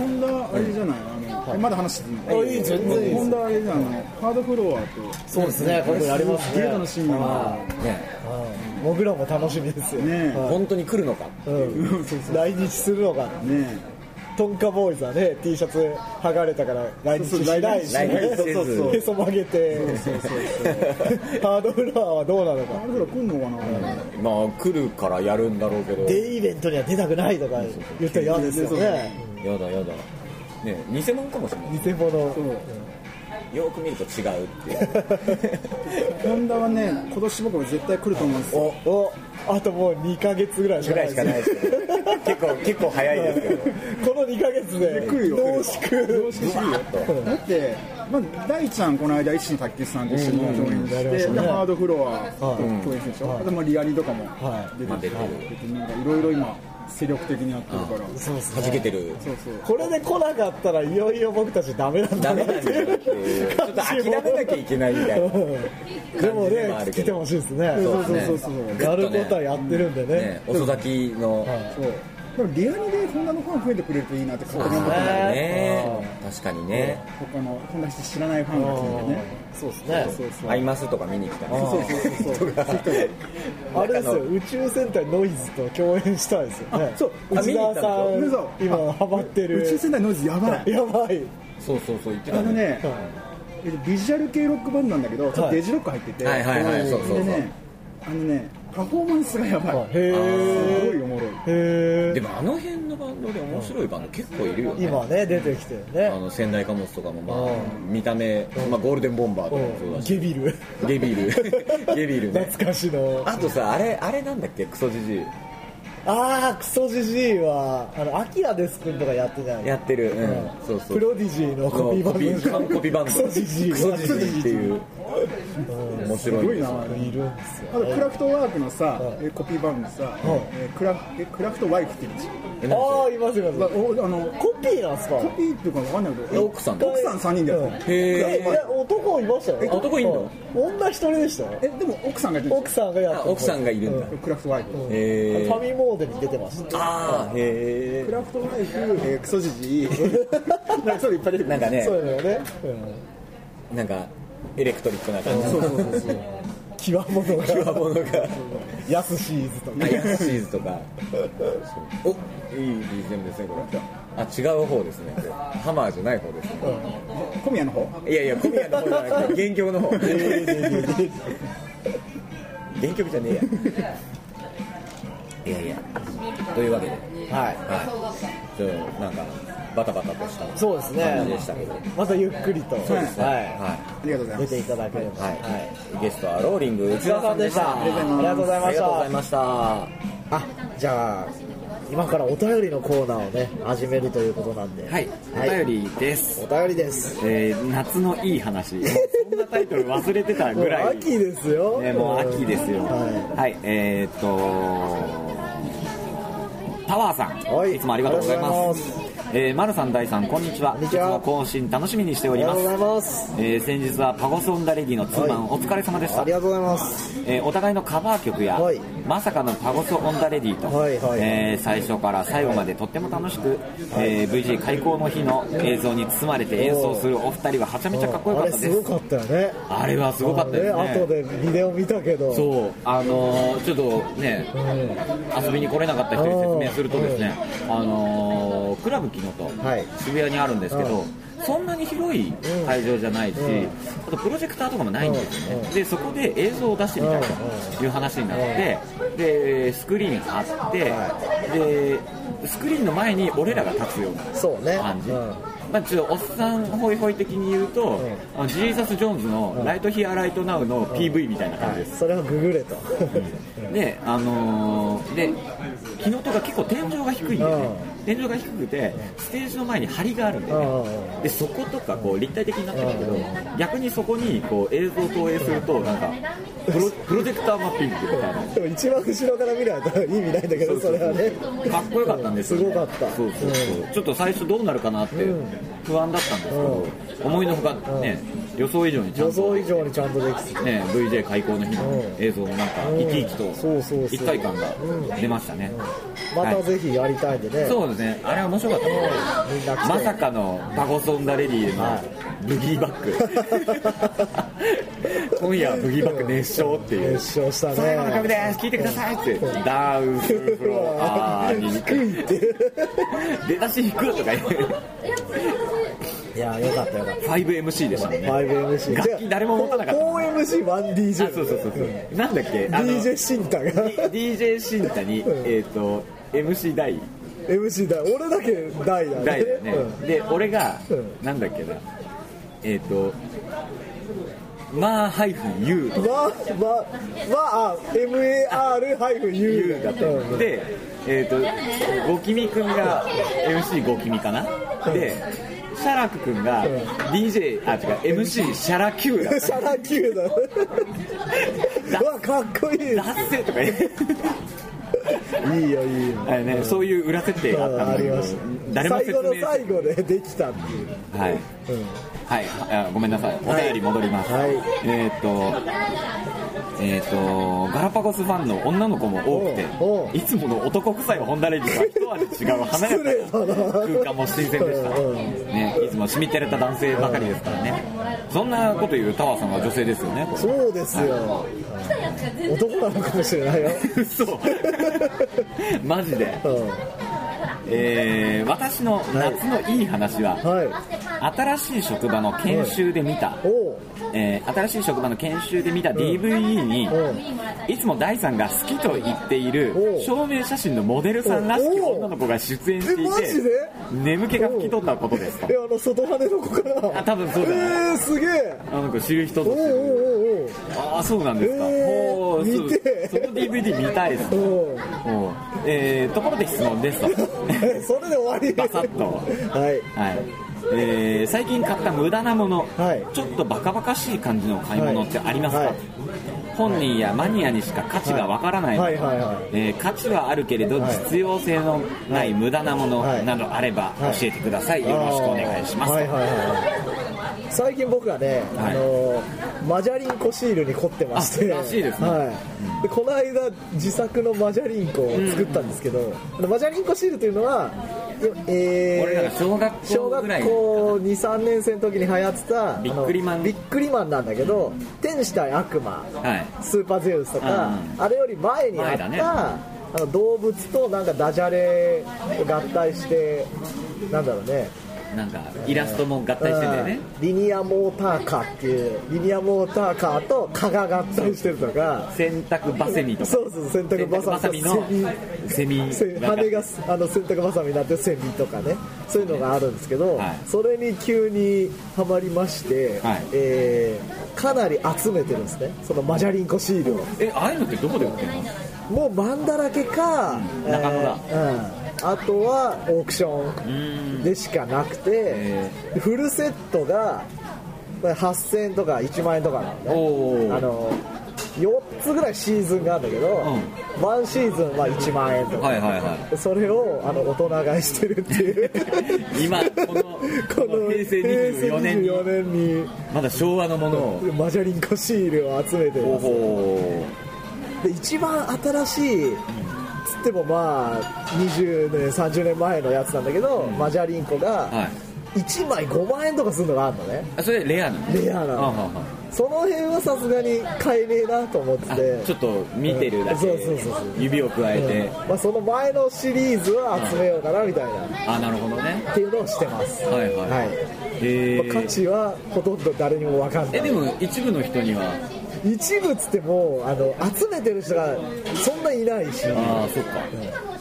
D: ンダあれじゃないあの、まだ話していいの、
A: あいい全然いいです
D: ホンダあれじゃないあのハードフロアと
A: そうですねこれやります
D: ゲ
A: ね
D: ー楽しみな
A: はい
B: ね
A: うん僕らも楽しみですよ
D: ねえ
A: はい
B: 本当に来るのか
A: うん来日するのが
D: ね
A: トンカボーイズはね T シャツ剥がれたから来日しないしね
B: そうそう来日せず
A: そうそうへそ曲げてハードフロアはどうなのか
D: ハードフロア来んのかな、
B: まあ来るからやるんだろうけど
A: デイイベントには出たくないとか言ったら嫌ですよ
D: そう
A: ね
B: やだやだね偽物かもしれない
A: 偽物
B: よく見ると違うって <laughs> いう
D: ホンダはね、今年僕は絶対来ると思うんですよ。
B: お
A: おあともう2ヶ月ぐらいし
B: ぐ
A: からないい
B: しかないですけど結構結構早いですけど
A: この2ヶ月で
D: 来るよ
A: 濃縮
D: 凝縮するよ。だって、まあ、大ちゃん、この間、石野卓球さんと一緒に共演して、
A: うんやりましたね
D: でハードフロアと共演してるでしょ、
A: はい
D: あとまあリアリとかも
A: はい
D: 出て
B: まあ出
D: る
B: て
D: し、
B: る
D: なんかいろいろ今、精力的にやってるから、そ
A: そうです
B: <laughs> 弾
A: ね
B: けてる
D: うそ
A: こ
D: う、
A: れで来なかったらいよいよ僕たちダメなんだ
B: ダ
A: な
B: メ
A: っ
B: なん
A: て
B: だよ
A: い
B: っ
A: う
B: て <laughs> いうちょっと諦めなきゃいけないみたいな
A: で
B: 感
A: も
B: じでもあ
A: ね
B: る
A: 来
B: け
A: て
B: ど
A: ほしいですね
D: そうそう
B: ね
D: そうそう、
B: ぐっ
A: や
B: とね
A: ることはやってるんでね
B: ね遅咲きの
D: そうでもリアリでホンダのファン増えてくれるといいなって、勝手に思って
A: そう
D: た
A: ね
B: ね確かにね
D: 他のホンダして知らないファンが来るんでね、
A: そうですね
D: そうそう、
B: アイマスとか見に来たね
D: そうそうそうそう、
A: あれですよ宇宙戦隊ノイズと共演したいですよね
D: そう
B: あ
A: 内田さ
D: 見に行
A: ん
D: ったんですよ
A: 今ハマって
D: 宇宙
A: る
D: 戦隊ノイズやば
A: <laughs>
D: い。
A: やばい
B: そうそうそう言って
D: あ
B: た
D: のね、
A: は
D: えっとビジュアル系ロックバンドなんだけど、ちょっとデジロック入ってて、
B: はいはいはいそうそうそう
D: でね、あのね、パフォーマンスがやばい、
A: いへ
D: すご
A: ー
D: いおもろい。
A: へ
B: で
A: ー
B: もあの辺のバンドで面白いバンド結構いるよね
A: 今ね出てきてる
B: あ
A: ね
B: の仙台貨物とかもまあ
A: う
B: 見た目まあゴールデンボンバーとかもそう
A: うん
B: だ
A: ゲ
B: し
A: ビル
B: ゲ
A: <laughs>
B: ビルゲビルね
A: 懐かしの
B: あとさあれあれなんだっけクソジジイ
A: ああクソジジイはあのアキラデス君とかやってない
B: やってるうんそうそう
A: プロディジーのコピーバンドでしょ
B: コピーコピーバンド
A: クソジジイ
B: クソジジイっていう
A: い
B: 面白いんですよ
A: るんです
D: あとクラフトワークのさ
A: はい、
D: えコピーバンドさ、
A: はい
D: えクラフえクラフトワイフって言うんですよ
A: よああいますいま
D: まあ
A: す
D: おあの
A: コピーなんですか
D: コピーっていうかわかんないけど、
B: 奥さんだ
D: 奥さん3人でやってる。
B: へ
A: え
B: ー
A: いや男いましたよ
B: え男いんの
A: 女一人でしたよ
D: えでも奥さんがやってるんで
A: 奥さんがやって
B: あ奥さんがいるんだ
D: すよ。クラフトワイフ。
A: うん
B: へー
A: ファミモーデに出てました
B: ああへ
D: クラフトワイフ、えクソジ <laughs> ジイ、なんかそういうのいっぱ
B: え
D: い出てくる
B: なんかね
A: そうだよね、うん
B: なんかエレクトリックな感じ
D: そうそうそうそう。
A: 極物が
B: 弱者が
A: ヤスシーズとか
B: アイアンシーズとかおいい BGM ですねこれあ違う方ですねこれハマーじゃない方ですね
D: 小宮の方
B: いやいや小宮の方じゃなくて原曲の方原曲じゃねえやいやいやというわけで
A: は
B: はいちょっとなんかバタバタとした
A: いそうです
B: 感じで
A: ね
B: したけどはい
A: またゆっくりと
D: そうですね
A: は
D: ありがとうござ
A: い、
D: い
A: 出
D: ます
A: て。いただければ
B: はい、ゲストはローリング内田さんでした
A: ありがとうございました
B: ありがとうございました
A: あじゃあ今からお便りのコーナーをね始めるということなんでは
E: はい、お便りです。
A: お便りです
E: えー夏のいい話。もうそんなタイトル忘れてた
A: もう
E: ぐらい。
A: 秋ですよ、
E: ね、もう秋ですよ。
A: は
E: はい、えーっと。
B: タワーさん、
A: はい
B: い、つもありがとうございま
A: あ
B: す
A: りがとう
B: えー、丸さん大さんこんにちは
A: んにちはい
B: つも更新楽しみにしてお
A: あり
B: り
A: が
B: ま
A: とう
B: す
A: ございます
B: えー先日はパゴソンダレディのツーマン、
A: は
B: お疲れ様でした
A: ありがとうございます
B: えーお互いのカバー曲や、
A: はい
B: まさかのパゴス・オン・ダ・レディと、
A: はいはい
B: えー最初から最後までとっても楽しく、えー VG 開講の日の映像に包まれて演奏するお二人ははちゃめちゃかっこよか
A: あ
B: っ
A: れ
B: た
A: す
B: で
A: ご
B: す
A: かったよね
B: あれはすごかったです
A: あ
B: ね
A: れ後でビデオ見たけど
B: そうあのーちょっとね
A: うん
B: 遊びに来れなかった人に説明するとですねあのークラブキノと
A: はい
B: 渋谷にあるんですけど、そんなに広い会場じゃないし、
A: うん
B: あとプロジェクターとかもないんですよ
A: うん
B: ね、でそこで映像を出してみたいという話になって、でスクリーン貼って、でスクリーンの前に俺らが立つような
A: そうね
B: 感じ、
A: うん
B: まあ、ちょっとおっさんホイホイ的に言うと、
A: ん
B: あのジーザス・ジョーンズの「ライト・ヒア・ライト・ナウ」の PV みたいな感じです、
A: それをググれと
B: で、あのーで、昨日とか結構天井が低いんで、ね、天井が低くて、ステージの前に梁があるんで、ね、でそことかこう立体的になってるけど、逆にそこにこう映像を投影すると、なんかプロ、プロジェクターマッピングみたいな。
A: でも一番後ろから見ないと意味ないんだけどそれはね
B: かっこよかったんですよ、ね、
A: すごかった
B: そうそうそう、ちょっと最初どうなるかなって不安だったんですけど、思いのほかね、予想以上にちゃ
A: 予
B: んと
A: 想以上にちゃんとできて
B: ね、VJ 開講の日の映像もなんか生き生き
A: うんそうそうそう
B: と一体感が出ましたね、
A: ま
B: は
A: た
B: い
A: ぜひやりたいんでね、
B: そうですねあれは面白かったね
A: みんな来て
B: まさかのパゴソンダレディのブギーバック <laughs> 今夜はブギーバック熱唱っていう
A: 熱唱したね
B: 最後の曲です聞いてくださいってダウンフロアーに
A: 低いっていう
B: 出だし引くとか言う
A: いやよかったよかった
B: 5MC でしたもんね
A: 5MC
B: 楽器誰も持たなかった
A: 4 m c 1 d j
B: あそうそうそうそうなんだっけあの
A: DJ シンタが
B: DJ シンタに、えっと MC 大
A: MC だ俺だけ大だね
B: 大だよね、
A: うん
B: で俺が、
A: うん
B: なんだっけなえっ、とまあハイフン U
A: まあまあまあ MAR-U
B: U だったのでえっ、とゴキミくんが MC ゴキミかなでシャラクくんが DJ あ違う MC シャラ Q だっ
A: シ
B: た
A: ャラ Q だうわかっこいい
B: ダッセーとか言って
A: いいよいいよ
B: あれねそういう裏設定があった
A: あ
B: んだけ
A: りま
B: ど
A: した
B: 誰も
A: 最
B: 説
A: 後の
B: 明
A: 最後でできたっていう
B: はい、はいあ、ごめんなさい、お便り戻ります、
A: はい
B: えーっと、えーっと、ガラパゴスファンの女の子も
A: おう
B: 多
A: お
B: く
A: う
B: て、いつもの男臭いホンダレディは一味違う華
A: 失礼
B: や
A: だ
B: かな
A: な
B: 空間も新鮮でした、
A: うんうん
B: ね、いつもしみてれた男性ばかりですからね、そんなこと言うタワーさんは女性ですよね、これ
A: そうですよ男なのかもしれないよ
B: 嘘 <laughs> マジで、
A: うん
B: えー私の夏のいい話は、
A: はい
B: 新しい職場の研修で見た、
A: おう
B: えー新しい職場の研修で見た DVD に、いつも大さんが好きと言ってい
A: おう
B: る証明写真のモデルさんらしき
A: おう
B: 女の子が出演して
A: えマジ
B: い
A: で
B: て眠気が吹き飛んだことですと
A: えあの外羽の子から
B: あ多分そうだね
A: えー、すげえ
B: あの子知る人
A: お
B: ぞ
A: う
B: 知
A: お
B: る
A: う
B: ああそうなんですか、
A: えー
B: ほうそう
A: 見て
B: その DVD 見たいです
A: おうおうおう
B: ほうえーところで質問ですと
A: <laughs> えそれで終わり
B: バサッと
A: はい
B: はいえー最近買った無駄なもの、
A: はい
B: ちょっとバカバカしい感じの買い物ってありますか、
A: はい
B: 本人やマニアにしか価値がわからないもの
A: はいはいはいはい
B: えー価値はあるけれど
A: はい
B: 実用性のない無駄なもの
A: はい
B: などあれば
A: はい
B: 教えてください、よろしくお願いします、
A: はいはいはいはい最近僕はね、
B: は
A: あ
B: い
A: のマジャリンコシールに凝ってまして
B: あらしいですね
A: はい、でこの間自作のマジャリンコを作ったんですけど、あのマジャリンコシールというのは、えー
B: 俺らが小学校
A: 小学
B: ぐらい
A: 校23年生の時に流行ってた
B: ビックリマン
A: あのビックリマンなんだけど天使対悪魔
B: はい
A: スーパーゼウスとか、
B: うん
A: あれより前にあっ
B: 前
A: た、
B: だね
A: あの動物となんかダジャレを合体してなんだろうね
B: なんかイラストも合体してんだよね
A: うんリニアモーターカーっていうリニアモーターカーと蚊が合体してるとか
B: 洗濯バセミとか
A: そうそう洗濯バサミ
B: 洗濯バサミの
A: セ
B: セ
A: ミ
B: ミ
A: 羽があの洗濯バサミになってるセミとかねそういうのがあるんですけど、
B: はい
A: それに急にはまりまして、
B: はい
A: えーかなり集めてるんですねそのマジャリンコシールを。
B: えああいうのってどこで売ってるの
A: もうマンだらけか、え
B: 中野だ
A: ーうん、あとはオークションでしかなくて
B: へ、
A: フルセットがまあ8000円とか1万円とかなのね
B: おー
A: あの4つぐらいシーズンがあるんだけど、ワンシーズンは1万円とか、
B: はいはいは
A: それをあの大人買いしてるっていう
B: い今
A: <laughs>
B: このこの平成24年に
A: 平成24年
B: まだ昭和のものを
A: にマジャリンコシールを集めて
B: ほう
A: ます
B: ほ
A: で一番新しいつってもまあ20年30年前のやつなんだけど、マジャリンコ
B: うは
A: が
B: い
A: 1枚5万円とかするのがあるのね
B: あそれレアなの
A: レアな
B: あは
A: の
B: は
A: その辺はさすがに買えねえなと思って
B: あ
A: て
B: ちょっと見てるだ
A: そ
B: け
A: うそうそうそう
B: 指を加えて
A: まあ、その前のシリーズは集めようかなみたいな、っ
B: あなるほどね
A: ていうのをしてます
B: はいはい
A: はい
B: え
A: まあ価値はほとんど誰にも分かんな
B: え
A: い
B: でも一部の人には
A: 一部っつってもあの集めてる人がそんないないし
B: ああそっか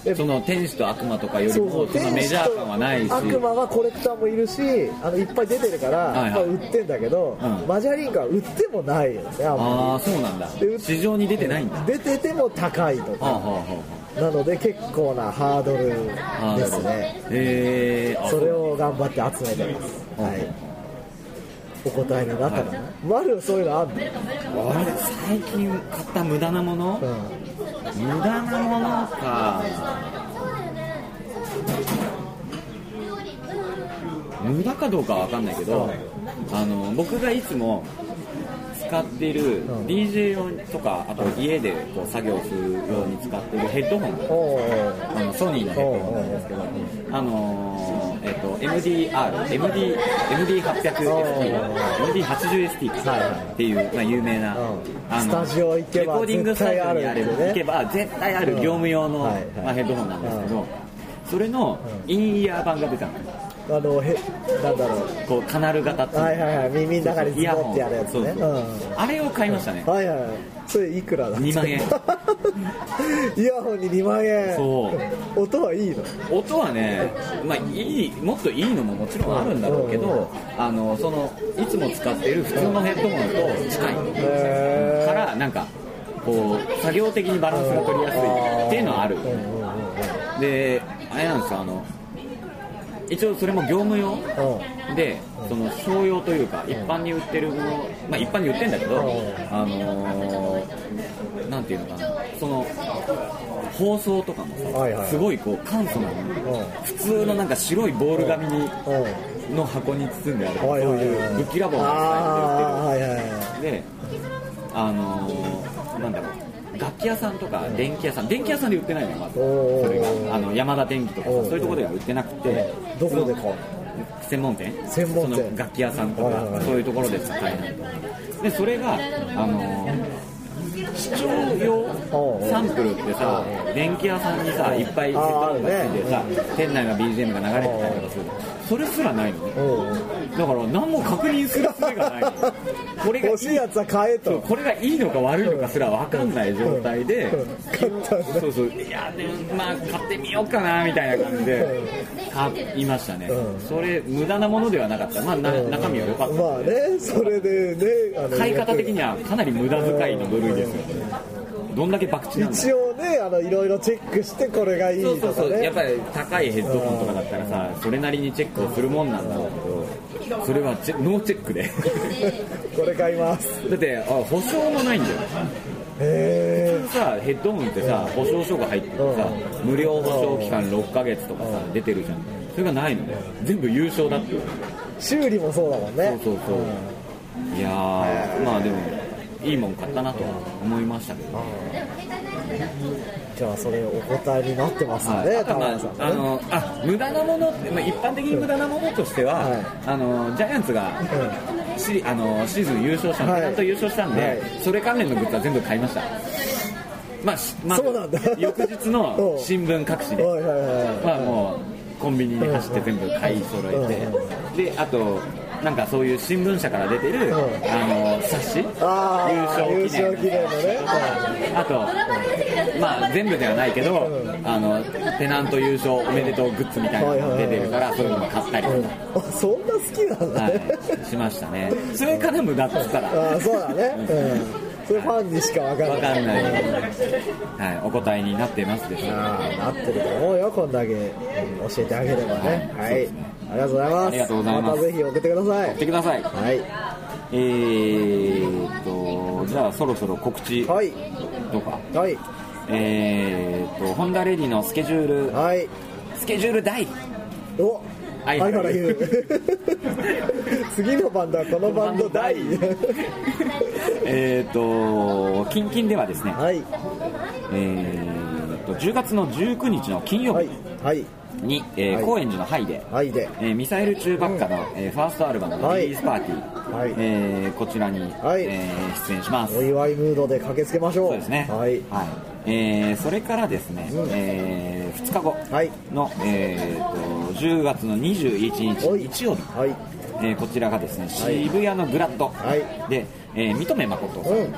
A: え
B: その天使と悪魔とかより
A: そう
B: も
A: そう
B: そのメジャー感はないし
A: 悪魔はコレクターもいるしあのいっぱい出てるから、
B: はいはい
A: まあ、売ってんだけど、
B: うん
A: マジャリンカは売ってもないよねあんま
B: ああそうなんだ
A: でう
B: 市場に出てないんだは
A: 出てても高いと
B: あ
A: か
B: はあは
A: なので結構なハードル
B: あはあ
A: ですね
B: えー、あ
A: それを頑張って集めてます、はいお答えになったかな、マルそういうのあんの、
B: 俺最近買った無駄なもの、
A: う
B: 無駄なものか無駄かどうかは分かんないけどあの僕がいつも使っている
A: ん
B: DJ 用とかあと家でこう作業するように使っているヘッドホ
A: ん、お
B: ン
A: うおう
B: あのソニーのヘッドホンなんですけどあのーえっと MDR、MD800ST、MD80ST
A: はいは
B: かっていう、まあ、有名な、
A: うん
B: あの
A: スタジオ行けば
B: レコーディングスタジオにあれ
A: 絶対あるんだよね
B: 行けば絶対ある業務用
A: う
B: の、
A: んはいはい
B: まあ、ヘッドホンなんですけど、それのインイヤー版が出たの、
A: あのへなんだろ
B: こうカナル型って
A: う
B: う
A: はいはいはい耳の中に
B: イ
A: ズ
B: ヤ
A: ボ
B: ホ
A: っ
B: ン
A: てやるやつね
B: そうそう
A: うん
B: あれを買いましたね、
A: はいはいはいそれいくらだ
B: 2万円
A: <laughs> イヤホンに2万円
B: そう
A: 音はいいの
B: 音はね、まあ、いいもっといいのももちろんあるんだろうけ
A: うんう
B: ど、あのそのいつも使ってる普通のヘッドホンと近い
A: へー
B: からなんかこう作業的にバランスが取りやすいっていうのはある
A: うんうんうん
B: であれなんですよあの一応それも業務用でその商用というか一般に売ってるものまあ一般に売ってるんだけど
A: うん
B: あのーなんていうのかなその包装とかも
A: はいはい
B: さすごいこう簡素なも
A: うん
B: の普通のなんか白いボール紙に
A: うん
B: の箱に包んである
A: うん
B: そ
A: は
B: う
A: いはい
B: いう
A: はい
B: ぶっきらぼうな
A: あー
B: ス
A: は
B: タイル
A: い
B: で
A: はいは
B: 売ってるであのーなんだろう楽器屋さんとか電気屋さん電気屋さんで売ってないのよまず
A: おー
B: それがあの山田電機とかさ
A: おー
B: そういうところでは売ってなくて
A: いどこで買うの
B: 専門店
A: 専門店
B: その楽器屋さんと
A: はいはいは
B: か
A: い
B: そういうところで使えないとでそれがあの視聴
A: おうおう
B: 用サンプルってさ電気屋さんにさいっぱいセットアップがついてさ
A: あーある
B: 店内が BGM が流れてたりとかするそれすらないのね
A: おうおう
B: だから何も確認する術がないのこれがい
A: <laughs>
B: い
A: 欲しいやつは買え
B: そう
A: と
B: これがいいのか悪いのかすら分かんない状態で
A: うん買ったんだ
B: そうそういやでもまあ買ってみようかなみたいな感じで買いましたね、
A: うん
B: それ無駄なものではなかったまあな中身は良かった、
A: まあねそれでねあの
B: 買い方的にはかなり無駄遣いの部類ですよどんだけ博打なんだ
A: 一応ねあのいろいろチェックしてこれがいい
B: そうそ
A: と
B: う
A: か
B: そうや
A: ね
B: っぱり高いヘッドホンとかだったらさそれなりにチェックをするもんなんだろうけどそれはチェノーチェックで <laughs>
A: これ買います
B: だってあ保証もないんだよ
A: へ
B: 普通さヘッドホンってさ保証書が入っててさ無料保証期間6ヶ月とかさ出てるじゃんそれがないので全部優勝だっていう
A: え修理もそうだもんね
B: そうそうそう、いやーまあでもいいもん買ったなとは思いましたけど、
A: じゃあそれお答えになってます
B: は
A: ん
B: い、
A: で
B: あと
A: 田
B: はま
A: 村
B: あ
A: さん
B: あ
A: ね
B: のあ無駄なものって、まあ、一般的に無駄なものとしては、
A: はい
B: あのジャイアンツが、しあのシーズン優勝したん
A: は
B: で、
A: い
B: ちゃんと優勝したんで、
A: はい
B: それ関連のグッズは全部買いました、まあしまず
A: そうなんだ
B: 翌日
A: お
B: の
A: <laughs> う
B: 新聞各紙で
A: はいはいはい
B: まあもうコンビニに走って全部買い揃えてであとなんかそういう新聞社から出てる
A: うん
B: あの冊子優
A: ああ優
B: 勝
A: 勝記
B: 記
A: 念
B: 念
A: のね
B: あとまあ全部ではないけどあのペナント優勝おめでとうグッズみたいなのが出てるからそういうのも買ったり
A: う
B: と
A: んあそんな好きなん
B: か、
A: だ
B: は
A: ね
B: い、しましたねそれから無駄っつったら
A: ああそうだねうんそれファンにしかわかんない
B: 分かんない、はい、お答えになってますでしょうか
A: ああなってると思うよこんだけうん教えてあげればねはいありがとうございます
B: ありがとうございます
A: またぜひ送ってください
B: 言ってください
A: はい
B: えーっとじゃあそろそろ告知とか、
A: はいはい
B: えーっとホンダレディのスケジュール、
A: はい
B: スケジュール大
A: お
B: は
A: 相
B: い
A: 原優 <laughs> 次のバンドはこのバンド大
B: えーっと近々ではですね、
A: はい
B: えーっと10月の19日の金曜
A: は
B: 日
A: いはい
B: に、えー
A: はい
B: 高円寺のハイで、
A: はいで
B: えーミサイル中ばっかの、えーファーストアルバムのリリースパーティー、
A: はい
B: えーこちらに、
A: はい
B: えー出演します
A: お祝いムードで駆けつけましょう
B: そうですね。
A: はい
B: えーそれからですね、
A: うん
B: えー2日後
A: はい
B: の、えーと10月の21
A: お
B: 日日曜日、
A: はい
B: えーこちらがですね、
A: い
B: 渋谷のグラッド
A: はい
B: で、えー、認め誠さん、
A: うん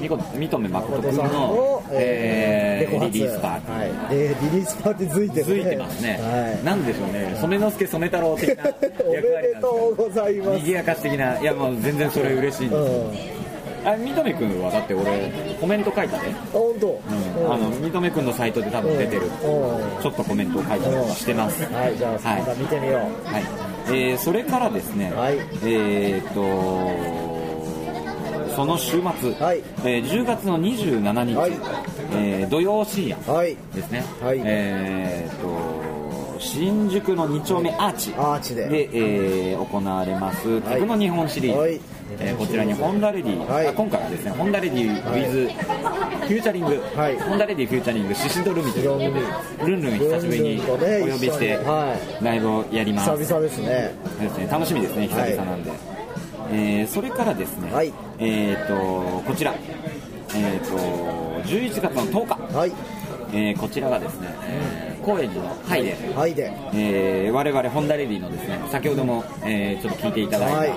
B: みこ認め誠
A: 誠
B: 君
A: さん
B: の
A: の、、
B: えー
A: 猫
B: リリースパーティー。
A: はいえーリリースパーティーづいてる
B: 続いてますね、
A: はい
B: なんでしょうね染之助染太郎的な
A: <laughs> おめ
B: 役割
A: で
B: なんですけ
A: とうございま
B: 賑
A: す
B: やかし的ないやもう全然それ嬉しい
A: う
B: んです、
A: ん
B: あ三富君はだって俺コメント書いたね
A: あ本当
B: あの三富君のサイトで多分出てる
A: うん
B: ちょっとコメントを書いたり
A: うん
B: してます
A: はいじゃあ
B: はい
A: また見てみよう
B: はいえーそれからですね、
A: はい
B: えーっとその週末、
A: はい
B: えー10月の27日、
A: はい
B: えー土曜深夜
A: はい
B: ですね、
A: はい
B: えーっと新宿の2丁目アーチ
A: アーチで
B: えー行われます「
A: はい
B: 客の日本シリーズ」
A: はい
B: えーこちらにホンダレディ、
A: はい
B: あ今回はですねホンダレディ with フューチャリング、
A: はい
B: ホンダレディフューチャリングシシドルミということでルンルン久しぶりに
A: ルンルンとね
B: お呼びして
A: 一緒には
B: ライブをやります,、
A: 久々ですね
B: ですね、楽しみですね久々なんで、えーそれからですね、
A: はい
B: えー、とこちら、えー、と11月の10日、
A: はい
B: えーこちらがですね、えー高円寺のハイで、
A: はいで
B: えー、我々ホンダレディのですね先ほども、えーちょっと聞いていただいた、
A: はい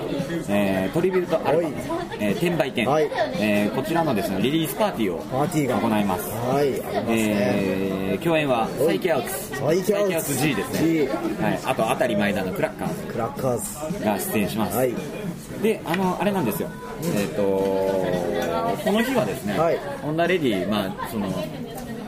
B: えートリビュートアルバム
A: はい
B: 「えー転売店、
A: はい
B: えーこちらのですねリリースパーティーを
A: パーティーが
B: 行います、
A: はいありますね
B: えー共演はサイケアウツ
A: サイケアウツ
B: G ですね
A: G
B: はい、あと当たり前だのクラッカーズ
A: クラッカー
B: が出演します、
A: ズはい
B: であのあれなんですよ、えっ、とこの日はですね、
A: はい
B: ホンダレディまあその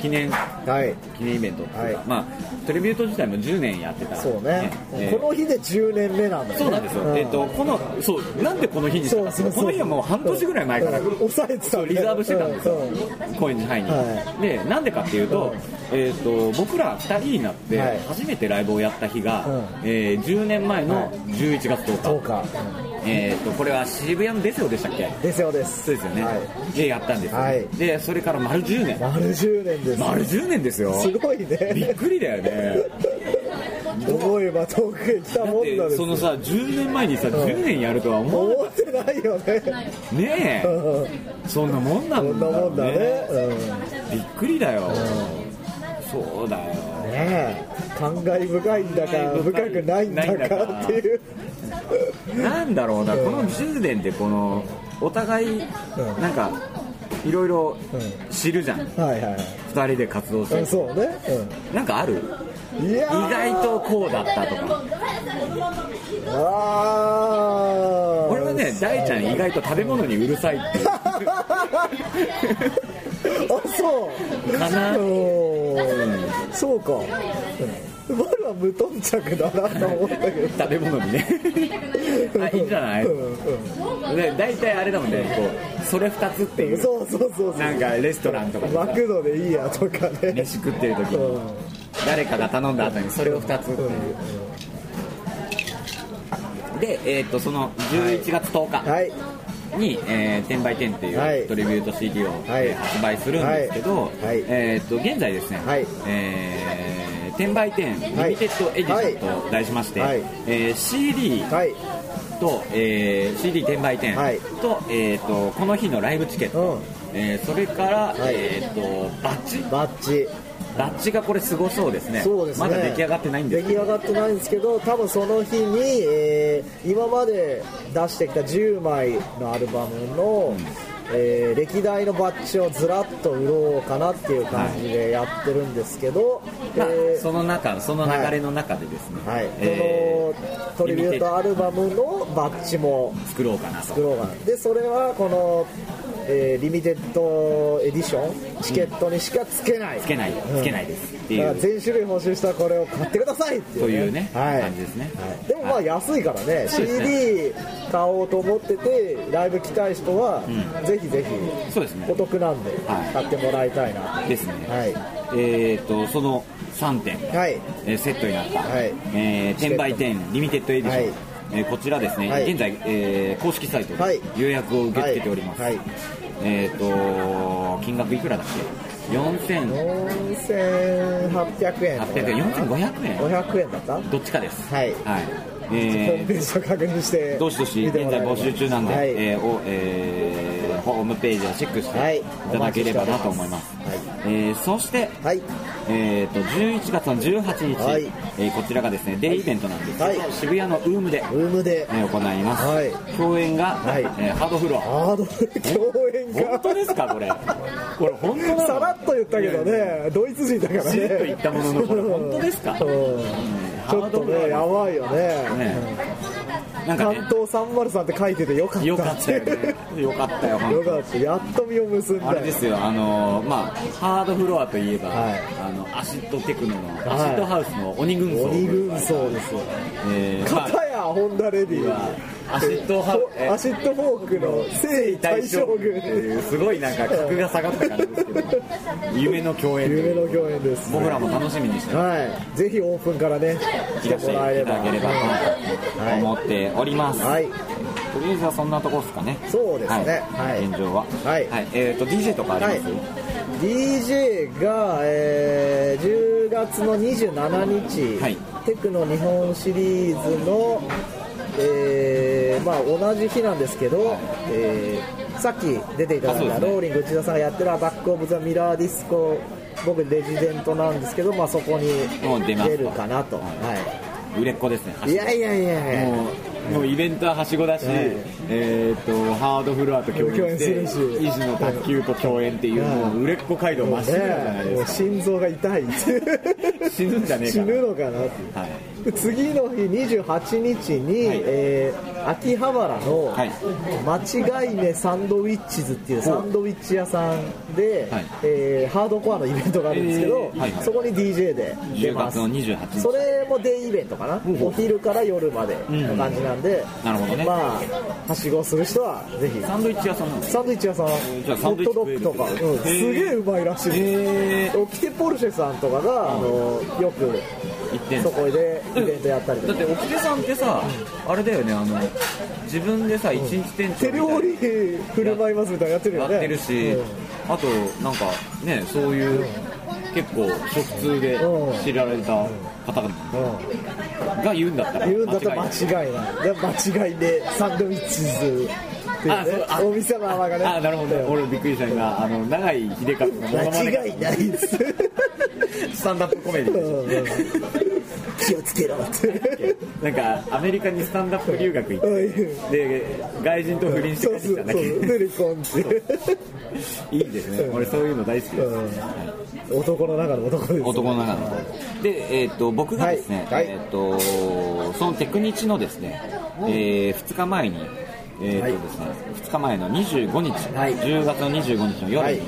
B: 記念
A: はい
B: 記念イベントっていうか、
A: はい
B: まあトリビュート自体も10年やってた
A: そうね
B: えー
A: この日で10年目なんだよね
B: そうなんですよ、えっとこのそうなんでこの日にした
A: そ
B: か
A: う
B: って
A: そうそう
B: この日はもう半年ぐらい前から
A: うん抑えてたんだよ
B: リザーブしてたんですよ、
A: うん
B: 高円寺ハイに、
A: は
B: でなんでかっていうと,、えっと僕ら2人になって
A: はい
B: 初めてライブをやった日が、
A: うん
B: えー10年前の11月10日、
A: そうか
B: えっとこれは渋谷のデセオでしたっけ
A: ですよです
B: そうですよね、
A: はい
B: でやったんですよ、
A: はい
B: でそれから丸10年
A: 丸10年です
B: 丸10年ですよ
A: すごい
B: びっ
A: ね
B: くりだよね
A: 思えば遠くへ来たもんだ
B: で
A: です
B: そのさ10年前にさ10年やるとは思う
A: 思ってないよね
B: ねえ
A: うん
B: そんなもんな
A: そ
B: ん
A: ん
B: だ
A: な
B: ろ
A: も
B: うん
A: だねうん
B: びっくりだよそうだよ
A: ねえ感慨深いんだか
B: 感慨深
A: 深
B: い
A: くないんだかっていう
B: なんだろうなこの10年ってこのお互い
A: ん
B: なんかいろいろ知るじゃん
A: はいはいはい
B: 2人で活動す
A: うん
B: る
A: そうね、
B: なんかある
A: うん、いや
B: 意
A: ー
B: 外とこうだったとか
A: あー
B: 俺はね大ちゃん意外と食べ物にうるさいっ
A: <laughs>
B: ていう
A: あそう
B: かな
A: うんそうか、うん、僕は無頓着だなと思ったけど
B: 食べ物にねあいいんじゃない
A: うん
B: で大体あれだもんねこうそれ2つって
A: う
B: い
A: ん、
B: う
A: そうそうそうそ
B: なんかレストランとか
A: う
B: でさ
A: マクドでいいやとかね
B: 飯食ってる時
A: う
B: に
A: ん
B: 誰かが頼んだ後にそれを2つで、えー、とその11月10日
A: はい
B: に、えー転売店っていう、
A: はい
B: トリビュート CD
A: は
B: を、
A: い
B: えー発売するんですけど、
A: いはい
B: えー、と現在ですね、
A: はい
B: えー転売店リミ
A: はい
B: テッドエディションと題しまして、
A: はい
B: えー CD
A: はい
B: と、えー CD 転売店と,、
A: はい
B: えー、とこの日のライブチケット、
A: うん
B: えーそれから、
A: はい
B: えー、とバッジ
A: バッチ
B: バッジがこれすごそうですね
A: そうですね
B: まだ出来上がってないんです
A: 出来上がってないんですけど多分その日に、えー今まで出してきた10枚のアルバムの、えー歴代のバッジをずらっと売ろうかなっていう感じでやってるんですけど、
B: まあ
A: えー
B: その中その流れの中でですね、
A: はい
B: え
A: そのトリビュートアルバムのバッジも
B: ー作ろうかなと
A: 作ろうかなでそれはこのえーリミテッドエディションチケットにしか付けない
B: つけないつけないですってい
A: だ
B: う、
A: から全種類募集したこれを買ってくださいって
B: と
A: い
B: いううね、
A: はい
B: 感じですね、
A: でもまあ安いからね、
B: そうですね
A: CD 買おうと思っててライブ来たい人は、ぜひぜひ
B: そうですね
A: お得なんで
B: はい
A: 買ってもらいたいな、は
B: ですね、
A: はい
B: えっ、とその3点、
A: い、はい
B: えーセットになった、
A: はい
B: えー転売店リミテッドエディション、
A: はい
B: えーこちらですね、
A: はい
B: 現在、えー公式サイト
A: はい
B: で予約を受け付けております、
A: はいはい
B: えっ、と金額いくらだっけ4800
A: 4800円
B: 円4500円
A: 500円だった
B: どっちかです
A: はいホー
B: え
A: <laughs> ムページを確認して
B: ーどしどし
A: 見
B: 現
A: て
B: 在
A: もらえれば
B: 募集中なんで、
A: はい
B: えーおえーホームページをチェックし
A: は
B: て
A: い
B: いただければなと思います、
A: お待ちしており
B: えーそして、
A: はい
B: えー、と11月の18日、
A: はい
B: えーこちらがですねデイイベントなんですけど、
A: はい
B: 渋谷のウームで、
A: ルームで
B: えー行います、
A: はい
B: 共演が、
A: はい
B: えーハードフロア
A: ハードル共演
B: 本
A: が
B: 当ですかこれこれ本当なの
A: さらっと言ったけど
B: いやい
A: ねドイツ人だからね
B: やしりっと言ったもののこれ本当ですか、
A: うんちょっとねや
B: ハ
A: ばいよ
B: ードフロア
A: ね
B: ねなんか
A: 関
B: ね
A: 東303って書いててよかった
B: よかったよねよかったよ本
A: <laughs> よ
B: 当
A: かったやっと身を結んだ
B: あれですよあのーまあハードフロアといえば、
A: はい
B: あのアシッドテクノの、
A: い
B: アシッドハウスの鬼軍曹
A: 鬼軍曹ですよ
B: えーまあ
A: 片やホンダレディ
B: アシッドハ
A: <laughs>
B: ウ
A: アシッドフォークの征夷大将軍
B: っていうすごいなんか格が下がった感じですけど夢の共演とい
A: 夢
B: う
A: の共演です
B: 僕らも楽しみにしてます
A: はいぜひオープンからね来
B: い
A: て
B: らっし
A: も
B: ゃ
A: らえ
B: い
A: れ
B: ただ
A: ば
B: ければ
A: は
B: と
A: い
B: 思っております、
A: はい
B: とりあえずはそんなとこですかね
A: そうですね
B: は
A: は
B: い
A: い
B: 現状は
A: はい
B: えっ、と DJ とかあります、
A: はい DJ が、えー10月の27日、
B: はい
A: テクノ日本シリーズの、えーまあ、同じ日なんですけど、えーさっき出ていただいた、
B: あそうですね
A: ローリング内田さんがやってるバック・オブ・ザ・ミラー・ディスコ僕レジデントなんですけど、まあ、そこに
B: もう出ます
A: 出るかなと、は
B: 売れっ子ですね
A: い、いやいやいやいや
B: もうもうイベントははしごだし、
A: はい
B: えー、とハードフロアと共演して
A: 共演するし
B: 維持の卓球と共演っていう、
A: はい
B: もう売れっ子街道
A: もう
B: 真っ白じゃな
A: ね、も
B: いで
A: う
B: す
A: 心臓が痛い
B: <laughs> 死ぬんじゃねえか
A: 死
B: な
A: ぬのかなって
B: か、はい、
A: で次の日28日に、
B: はい
A: えー秋葉原の、
B: はい
A: 間違いねサンドウィッチズっていうサンドウィッチ屋さんで、
B: はい
A: えーハードコアのイベントがあるんですけど、
B: えーはいはい
A: そこに DJ で出ます
B: 10月の28日
A: それもデイイベントかな、
B: ほうほう
A: お昼から夜までの感じなんで、
B: なるほどね
A: まあはしごする人はぜひ
B: サンドイッチ屋さんなんです
A: サンドイッチ屋さん
B: じゃあサ
A: ホッ
B: ンドイッ
A: ト
B: チ
A: ドッグとか、
B: 食え
A: う
B: るってこ
A: ん
B: と
A: すげえうまいらしいです
B: え
A: オキテポルシェさんとかが、あのよく
B: ー、行ってん
A: そ
B: の
A: こでイベントやったりと
B: だ
A: か
B: って奥手さんってさあれだよねあの自分でさ一日店長
A: 手料理
B: み
A: 振る舞いますみたいなのやってるよ
B: たいな
A: ね
B: やってるし、
A: うん
B: あとなんかねそういう結構食通で
A: うん
B: 知られた方々
A: うん
B: が言うんだったら
A: 言うんだった
B: 間
A: ら
B: 違いな
A: 間
B: い
A: 違いないで間違いでサンドウィッチズっていう
B: あそう
A: ね
B: あ
A: お店の名前がね
B: あなるほどね俺びっくりした今あの永井秀和のモノマネが
A: 間違いないです
B: スタンダップコメディでしょ
A: 気をつけろって
B: なんかアメリカにスタンダップ留学行
A: う
B: ってで外人と不倫して
A: そ
B: 帰
A: う
B: って
A: そう
B: き
A: そ
B: た
A: うん
B: だけ
A: ヌリコ
B: ど
A: ンって
B: いいですね俺そういうの大好きです
A: うん男の中の男です
B: 男の中ので、えー、と僕がですね、
A: はいはい
B: えー、とそのテクニチのですね、え2日前に、えーとですね2日前の25日、
A: はい
B: 10月の25日の夜に、
A: はいはい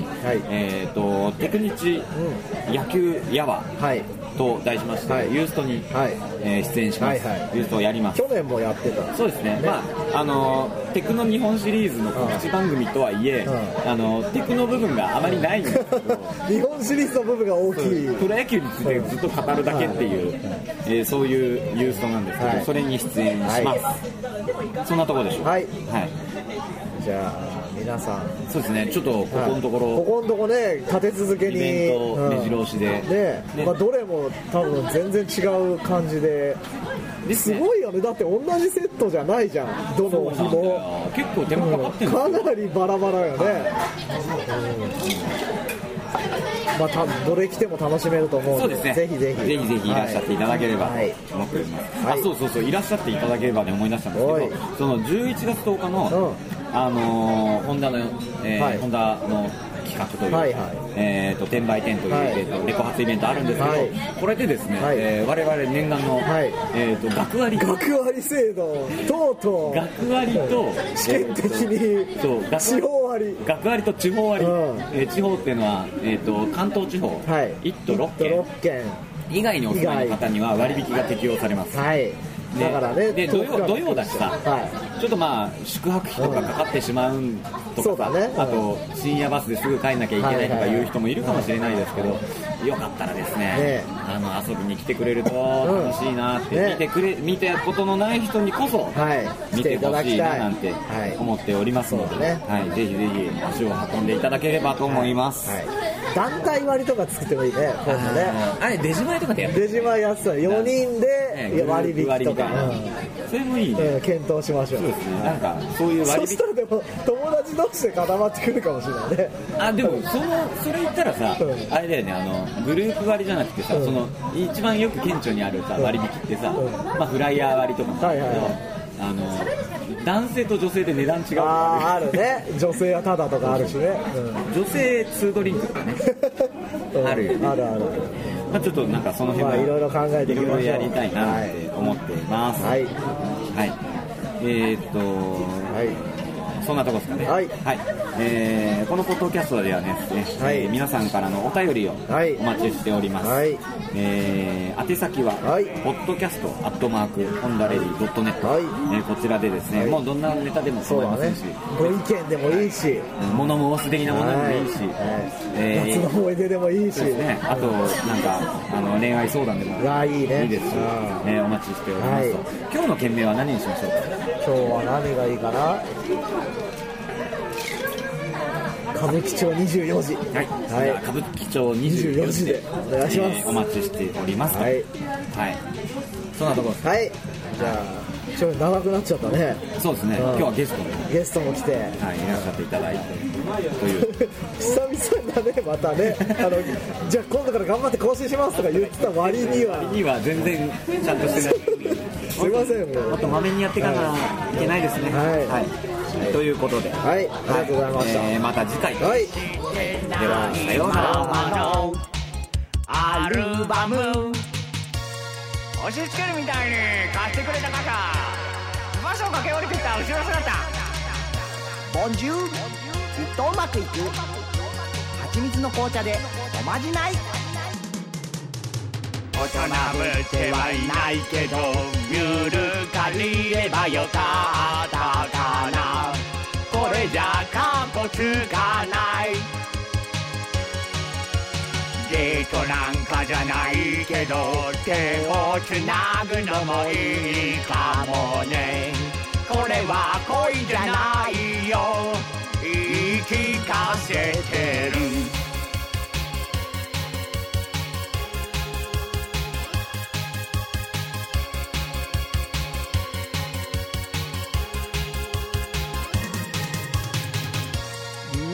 B: えー、とテクニチ野球やわ
A: はい
B: と題しまして、
A: はい
B: ユーストに、
A: はい
B: えー出演します、
A: はいは
B: ユーストをやります
A: 去年もやってた
B: そうですね、
A: ね
B: まああのテクノ日本シリーズの告知番組とはいえ、
A: う
B: あのテクノ部分があまりないんですけど
A: <laughs> 日本シリーズの部分が大きい
B: プロ野球についてずっと語るだけっていう、えーそういうユーストなんですけど、
A: はい
B: それに出演します、そんなところでしょう
A: はい
B: はい、
A: じゃあ皆さん
B: そうですねちょっとここのところ、
A: はいここのとこね立て続けに
B: イベント目白押しで
A: うんね
B: ね
A: まあ、どれも多分全然違う感じで
B: です
A: す
B: ね
A: ごいよねだって同じセットじゃないじゃんど
B: そう
A: の
B: なん
A: 日
B: だ
A: も
B: よ結構手間かかってるんです
A: か
B: よ
A: なりバラバラよね、うんまあ多分どれ来ても楽しめると思う
B: そ
A: の
B: うですね
A: ぜひぜひ
B: ぜひぜひいらっしゃっていただければ
A: はい
B: と思っております、
A: はい
B: あそうそうそういらっしゃっていただければで思い出したんです
A: おい
B: けどその11月10日の、あのーホンダの、えー
A: はい
B: ホンダの企画という、
A: はいはい
B: えーと転売店という、
A: はい
B: えーとレコ発イベントあるんですけど、
A: はい
B: これでですね、
A: はい
B: えー我々念願の、
A: はい
B: えーと学割
A: 学割制度とうとう
B: 学割と
A: 試験的に
B: そう学割
A: 地方割
B: 学割と地方割、
A: うん
B: えー地方っていうのは、えー、と関東地方、
A: はい
B: 1都
A: 都
B: 6県
A: 六県
B: 以外にお住まいの方には割引が適用されます、
A: はい
B: ね
A: だからね
B: で
A: 遠くから
B: 土曜土曜だしさ
A: は
B: ちょっとまあ宿泊費とかかかってしまうと
A: そう
B: か
A: だね
B: さ、
A: うん
B: あと深夜バスですぐ帰んなきゃいけないとかいう人もいるかもしれないですけど、よかったらですね
A: ね
B: あの遊びに来てくれると
A: うん
B: 楽しいなって、
A: ね
B: 見てくれ見たことのない人にこそ、
A: はい
B: 見てほしいななんて
A: はい
B: 思っておりますので、
A: そうだね
B: はい、ぜひぜひ足を運んでいただければと思います、
A: はい団体割とか作ってもいいね今度ね
B: あのあれ出島とかでやってる
A: 出島やつさ4人
B: ね
A: でいや割
B: グループ
A: 引とか
B: 割みたいなそれもいいね、
A: うんうん検討しましょう
B: そうですねなんかそういう割
A: そ
B: 引
A: したらでも友達同士で固まってくるかもしれないね
B: あでもそのそれ言ったらさ、
A: うん
B: あれだよねあのグループ割じゃなくてさ、
A: うん
B: その一番よく顕著にあるさ、
A: ん
B: 割引ってさ、
A: うん
B: まあ、フライヤー割とかもあるけど、
A: はいはいはい
B: あの男性と女性で値段違うとか
A: あああるね女性はタダとかあるしね、
B: 女性ツードリンクとかね、
A: うん、
B: あるよね
A: あるある
B: まあ、ちょっとなんかその辺
A: ま
B: は
A: あいろいろ考えていきましょう
B: いろいろやりたいなって思っています
A: はい
B: はいえーっと、
A: はい
B: そんなとこですかね。
A: はい
B: えーこのポッドキャストではね、
A: はい
B: えー皆さんからのお便りを
A: はい
B: お待ちしております。
A: はい
B: えー宛先は、
A: はい
B: ポッドキャストアットマークホンダレディドットネット。
A: はい
B: えーこちらでですね、
A: はい
B: もうどんなネタでも
A: そう
B: 構い
A: だ
B: ませ
A: ね
B: んし、
A: ご意見でもいいし、
B: 物申す的なものでもいいし、え
A: はい
B: ー
A: 夏の思い出でもいいし、
B: そうですね、あとなんかあの恋愛相談でも
A: うわいいね
B: いいですし、
A: うん
B: ねお待ちしておりますと、
A: はい
B: 今日の件名は何にしましょうか
A: 今日は何がいいかな歌舞伎町24時
B: はい、
A: は
B: じゃあ歌舞伎町24時で
A: お願いします
B: えーお待ちしておりますと
A: は
B: はい、
A: い
B: そんなところで
A: はいじゃあちょっと長くなっちゃったね
B: すそうですね、
A: うん
B: 今日はゲストで、
A: ゲストも来て
B: はい、いらっしゃっていただいてという
A: 久々だねまたねあのじゃあ今度から頑張って更新しますとか言ってた割には
B: には全然ちゃんとして <laughs> ない
A: すいませんも
B: も
A: う
B: っとまめにやっていかないけないですね
A: はい
B: はい、ということで、
A: はいありがとうございました、
B: えーまた次回、
A: はい
B: ではさようなら
C: のアルバム押し付けるみたいに貸してくれた中場所を駆け下りてきた後ろ姿ボンジュールきっとうまくいく蜂蜜の紅茶でおまじない大人ぶってはいないけどミュール借りればよかったかなこれじゃカッコつかないデートなんかじゃないけど手をつなぐのもいいかもねこれは恋じゃないよ言い聞かせてる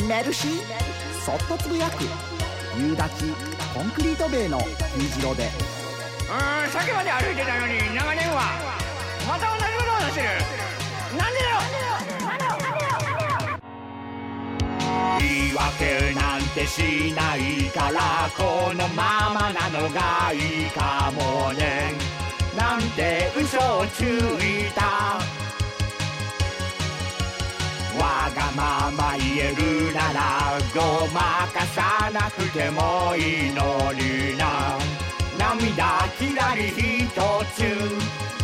D: メルシーそっとつぶやく夕立コンクリート塀の虹色で
C: うーんさっきまで歩いてたのに長年はまた同じことを話してるなんでだよ言い訳なんてしないからこのままなのがいいかもねなんて嘘をついたわがまま言えるならごまかさなくてもいいのにな涙きらりひとつ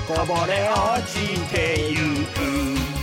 C: こぼれ落ちてゆく